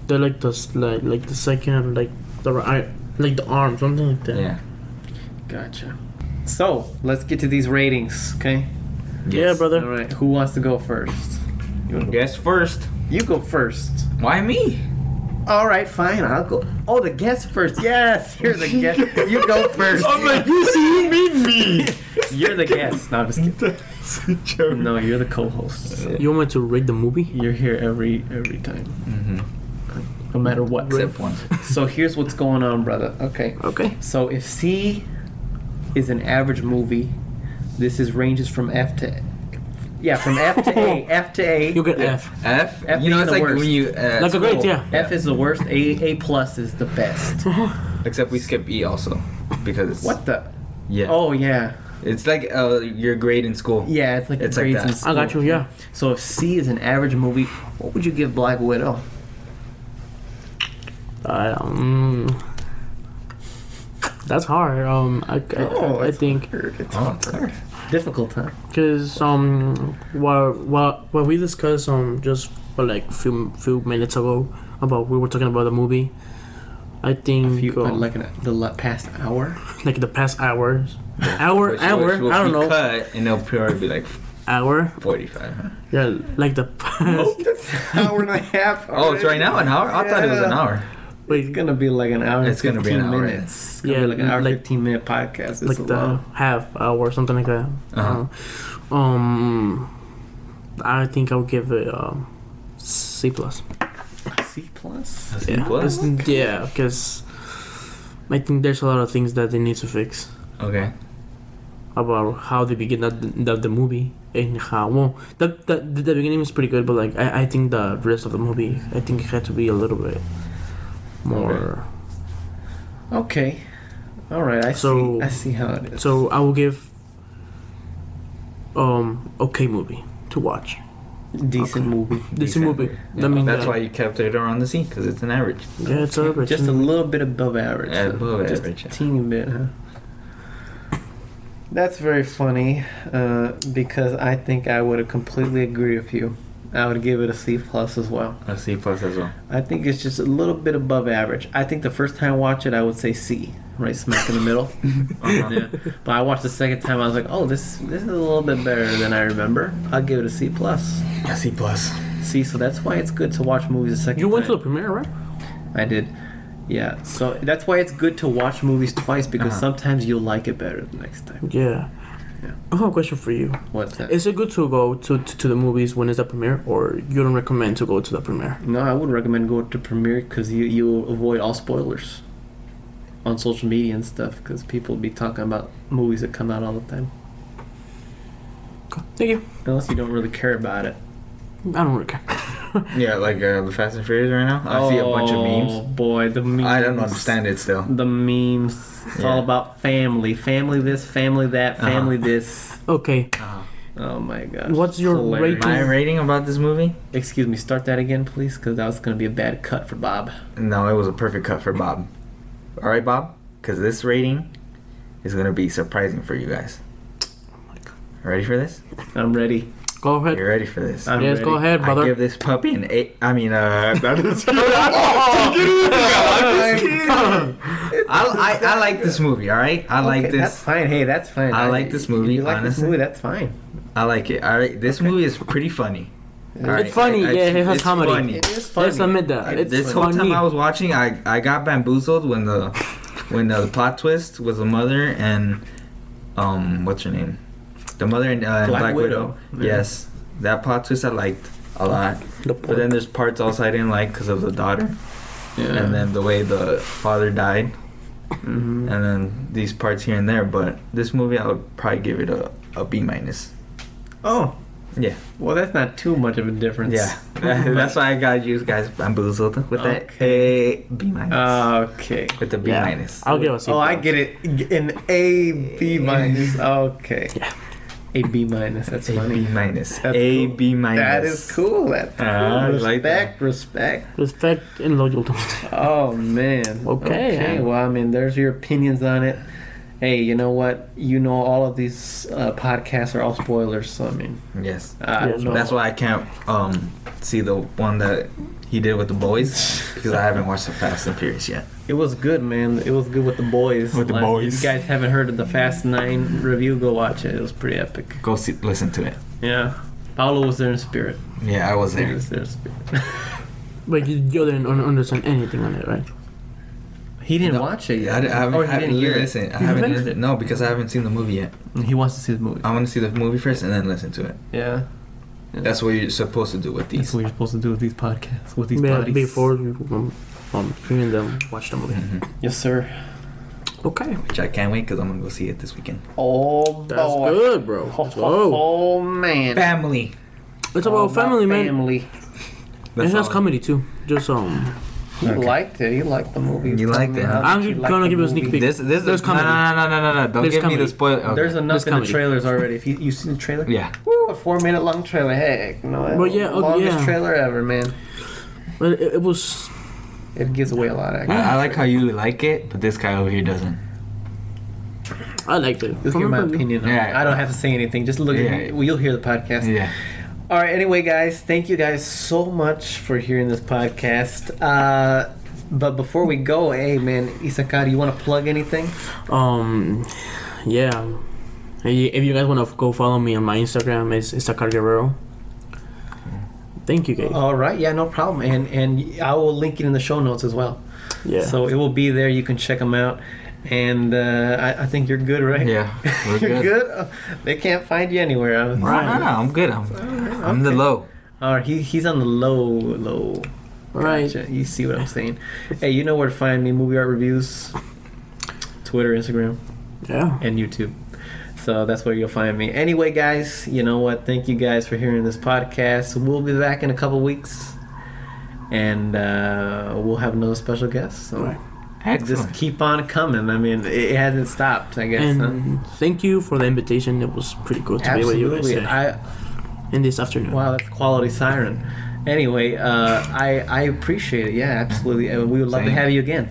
they're like the s- like like the second like the ri- like the arm something like that. Yeah. Gotcha. So let's get to these ratings, okay? Yeah, Yes. All brother. right. Who wants to go first? You, wanna go? Guess first. you go first. Why me? All right, fine. I'll go. Oh, the guest first. Yes, you're the guest. You go first. Oh you see, you mean me. You're the guest. No, I'm just kidding. That's a joke. No, you're the co-host. You want me to rate the movie? You're here every every time, hmm no matter what. Except one. So here's what's going on, brother. Okay. Okay. So if C is an average movie, this is ranges from F to yeah, from F to A, F to A. You get Yeah. F. F. F you know, being it's the like worst. when you. Uh, Like a grade, school. yeah. F is the worst. A A plus is the best. Except we skip E also, because it's, What the? Yeah. Oh yeah, It's like uh, your grade in school. yeah. It's like It's the like grades in that. school. I got you. Yeah. So if C is an average movie, what would you give Black Widow? I, um, that's hard. Um, I, I, I it's think hard. It's Oh, it's hard. Difficult, huh? because um, what what what we discussed um just for like few few minutes ago about we were talking about the movie. I think If you um, like like, an, the la- past hour, the past hours, hour Which- hour which will I don't be know Cut, and it'll probably be like hour forty-five. huh? yeah like the past hour and a half. Oh, it's right now an hour. I thought it was an Yeah. hour. wait, It's gonna be like an hour. and It's gonna be 15 an hour, minutes. It's gonna Yeah, be like an hour like- fifteen minute podcast. It's like a the lot. half hour or something like that. Uh-huh. Uh, um, I think I'll give it um, C C plus. C plus. That's Yeah, cool. It's- yeah, because I think there's a lot of things that they need to fix Okay. about how they begin that the, the movie and how well that, that the beginning is pretty good, but like I, I think the rest of the movie I think it had to be a little bit more. Okay. All right. I So- see. I see how it is. So I will give um okay movie to watch. decent movie. This movie. Yeah, I mean, that's yeah. why you kept it around the scene because it's an average. Yeah, it's average. Just a little bit above average. Yeah, so above just average, A yeah. teeny bit, huh? That's very funny uh, because I think I would have completely agree with you. I would give it a C plus as well. A C plus as well. I think it's just a little bit above average. I think the first time I watched it, I would say C, right smack in the middle. Uh-huh. yeah. But I watched the second time, I was like, oh, this this is a little bit better than I remember. I'll give it a C plus. A C plus. See, so that's why it's good to watch movies a second you went time. to the premiere, right? I did. Yeah, so that's why it's good to watch movies twice because Uh-huh. sometimes you'll like it better the next time. Yeah. Yeah. I have a question for you. What's that? Is it good to go to, to, to the movies when it's the premiere, or you don't recommend to go to the premiere? no, I would recommend go to premiere because you you avoid all spoilers on social media and stuff because people be talking about movies that come out all the time Cool. Thank you. unless you don't really care about it. I don't really care. Yeah, like uh, the Fast and Furious right now. I see a bunch of Oh memes. boy, the memes. I don't understand it still. The memes. It's all Yeah. about family, family this, family that, Uh-huh. family this. Okay. Oh my god. What's your rating? My rating about this movie? Excuse me, start that again, please, because that was going to be a bad cut for Bob. No, it was a perfect cut for Bob. All right, Bob, because this rating is gonna be surprising for you guys. Ready for this? I'm ready. Go ahead. You're ready for this? I'm yes, ready. go ahead, I brother. give this puppy an eight. I mean, uh, that is. I, I, I like this movie. All right, I like Okay, That's this. fine. Hey, that's fine. I like this movie, You like this honestly. movie? That's fine. I like it. All right, this movie is pretty funny. All right, funny, I- I- yeah, it has it's comedy. funny. It is funny. Let's admit that. I- it's Uh, this whole funny. time I was watching, I, I got bamboozled when the when the plot twist was the mother and um what's her name, the mother and uh, Black Black, Widow. Widow, yeah. Yes, that plot twist I liked a lot. But then there's parts also I didn't like because of the daughter, Yeah. and then the way the father died, Mm-hmm. Mhm. and then these parts here and there. But this movie, I would probably give it a, a B minus. Oh, Yeah, well, that's not too much of a difference. yeah. That's why I got you guys bamboozled with that A B minus. Uh, Okay. with the B Yeah. minus. I'll give us. Oh, I get it. An A B minus. Okay. Yeah. A B minus. That's A funny. B minus. That's A cool. B minus. That is cool. That's cool. Ah, I like respect, respect. Respect and loyalty. Oh man. Okay. Well, I mean, there's your opinions on it. Hey, you know what? You know all of these uh, podcasts are all spoilers. So I mean, Yes. I Yes, don't know. That's why I can't um see the one that he did with the boys because I haven't watched the Fast and Furious yet. It was good, man. It was good with the boys. With the Last- boys. If you guys haven't heard of the Fast Nine review, go watch it. It was pretty epic. Go see, listen to it. Yeah. Paolo was there in spirit. Yeah, I was He there. was there in spirit. but you, you didn't un- understand anything on it, right? He didn't No, watch it Yeah, I, yet. d- I haven't, Oh, I he haven't didn't hear it. listened. I You haven't haven't? heard it. No, because I haven't seen the movie yet. He wants to see the movie. I want to see the movie first and then listen to it. Yeah. That's what you're supposed to do with That's these. what you're supposed to do with these podcasts, with these Be- bodies. before you um, um, hearing them watch the movie. Mhm. Yes, sir. Okay. Which I can't wait because I'm gonna go see it this weekend. Oh, That's boy. good, bro. Oh, Whoa. man. Family. It's about family, man. Oh, Family. That's it has all. comedy too. Just um, He Okay. liked it. He liked the movie. You Tell liked me it, how huh? much I'm you just liked gonna the give a sneak movie. peek. This, this There's is, no, no, comedy. no, no, no, no, Don't There's give me comedy. the spoiler. Okay. There's enough There's in the comedy. trailers already. If you, you've seen the trailer, Yeah. Woo, a four minute long trailer. Heck, no. But yeah, oh, longest yeah. trailer ever, man. well, it, it was It gives away a lot. Actually, I, I like how you like it, but this guy over here doesn't. I liked it. Just From give my my point of view. opinion. on it. Yeah. I don't have to say anything. Just look. Yeah. at Well, You'll hear the podcast. Yeah. All right. Anyway, guys, thank you guys so much for hearing this podcast. Uh, but before we go, hey man, Isakar, you want to plug anything? Um, yeah. If you- if you guys wanna go follow me on my Instagram, it's Isakar Guerrero. Thank you guys. All right. Yeah, no problem. And and I will link it in the show notes as well. yeah. So it will be there. You can check them out. And uh, I, I think you're good, right? Yeah. We're You're good. good. Uh, They can't find you anywhere. I'm- No, no, no, I'm good. I'm, I'm the low. All right, he, he's on the low, low. Right. Gotcha. You see what I'm saying? hey, you know where to find me? Movie art reviews, Twitter, Instagram, Yeah. and YouTube. So that's where you'll find me. Anyway, guys, you know what? Thank you guys for hearing this podcast. We'll be back in a couple weeks, and uh, we'll have another special guest. So Right. Excellent. just keep on coming. I mean, it, it hasn't stopped. I guess. huh? And thank you for the invitation. It was pretty cool to be with you Absolutely. guys uh, I in this afternoon. Wow, that's quality siren. Anyway, uh, I I appreciate it. Yeah, absolutely. And we would love Same. to have you again.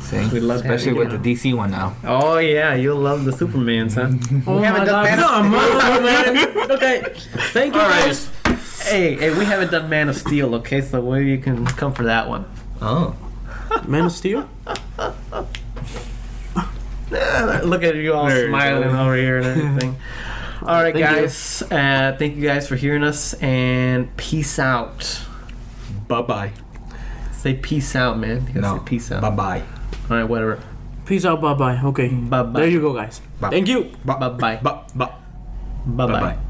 See? We'd love to have Especially you with again. the DC one now. Oh yeah, you'll love the Supermans, huh? Oh we my haven't done God. Man of Come on, man. Okay. Thank you All right. guys. hey, hey, we haven't done Man of Steel. Okay, so maybe you can come for that one. Oh. Man of Steel? Look at you all There you smiling go. over here and everything. all right, Thank you. guys. Uh, thank you guys for hearing us and peace out. Bye bye. Say peace out, man. You gotta No. say peace out. Bye bye. All right, whatever. Peace out. Bye bye. Okay. Bye bye. There you go, guys. Bye. Thank you. Bye bye. Bye bye. Bye bye.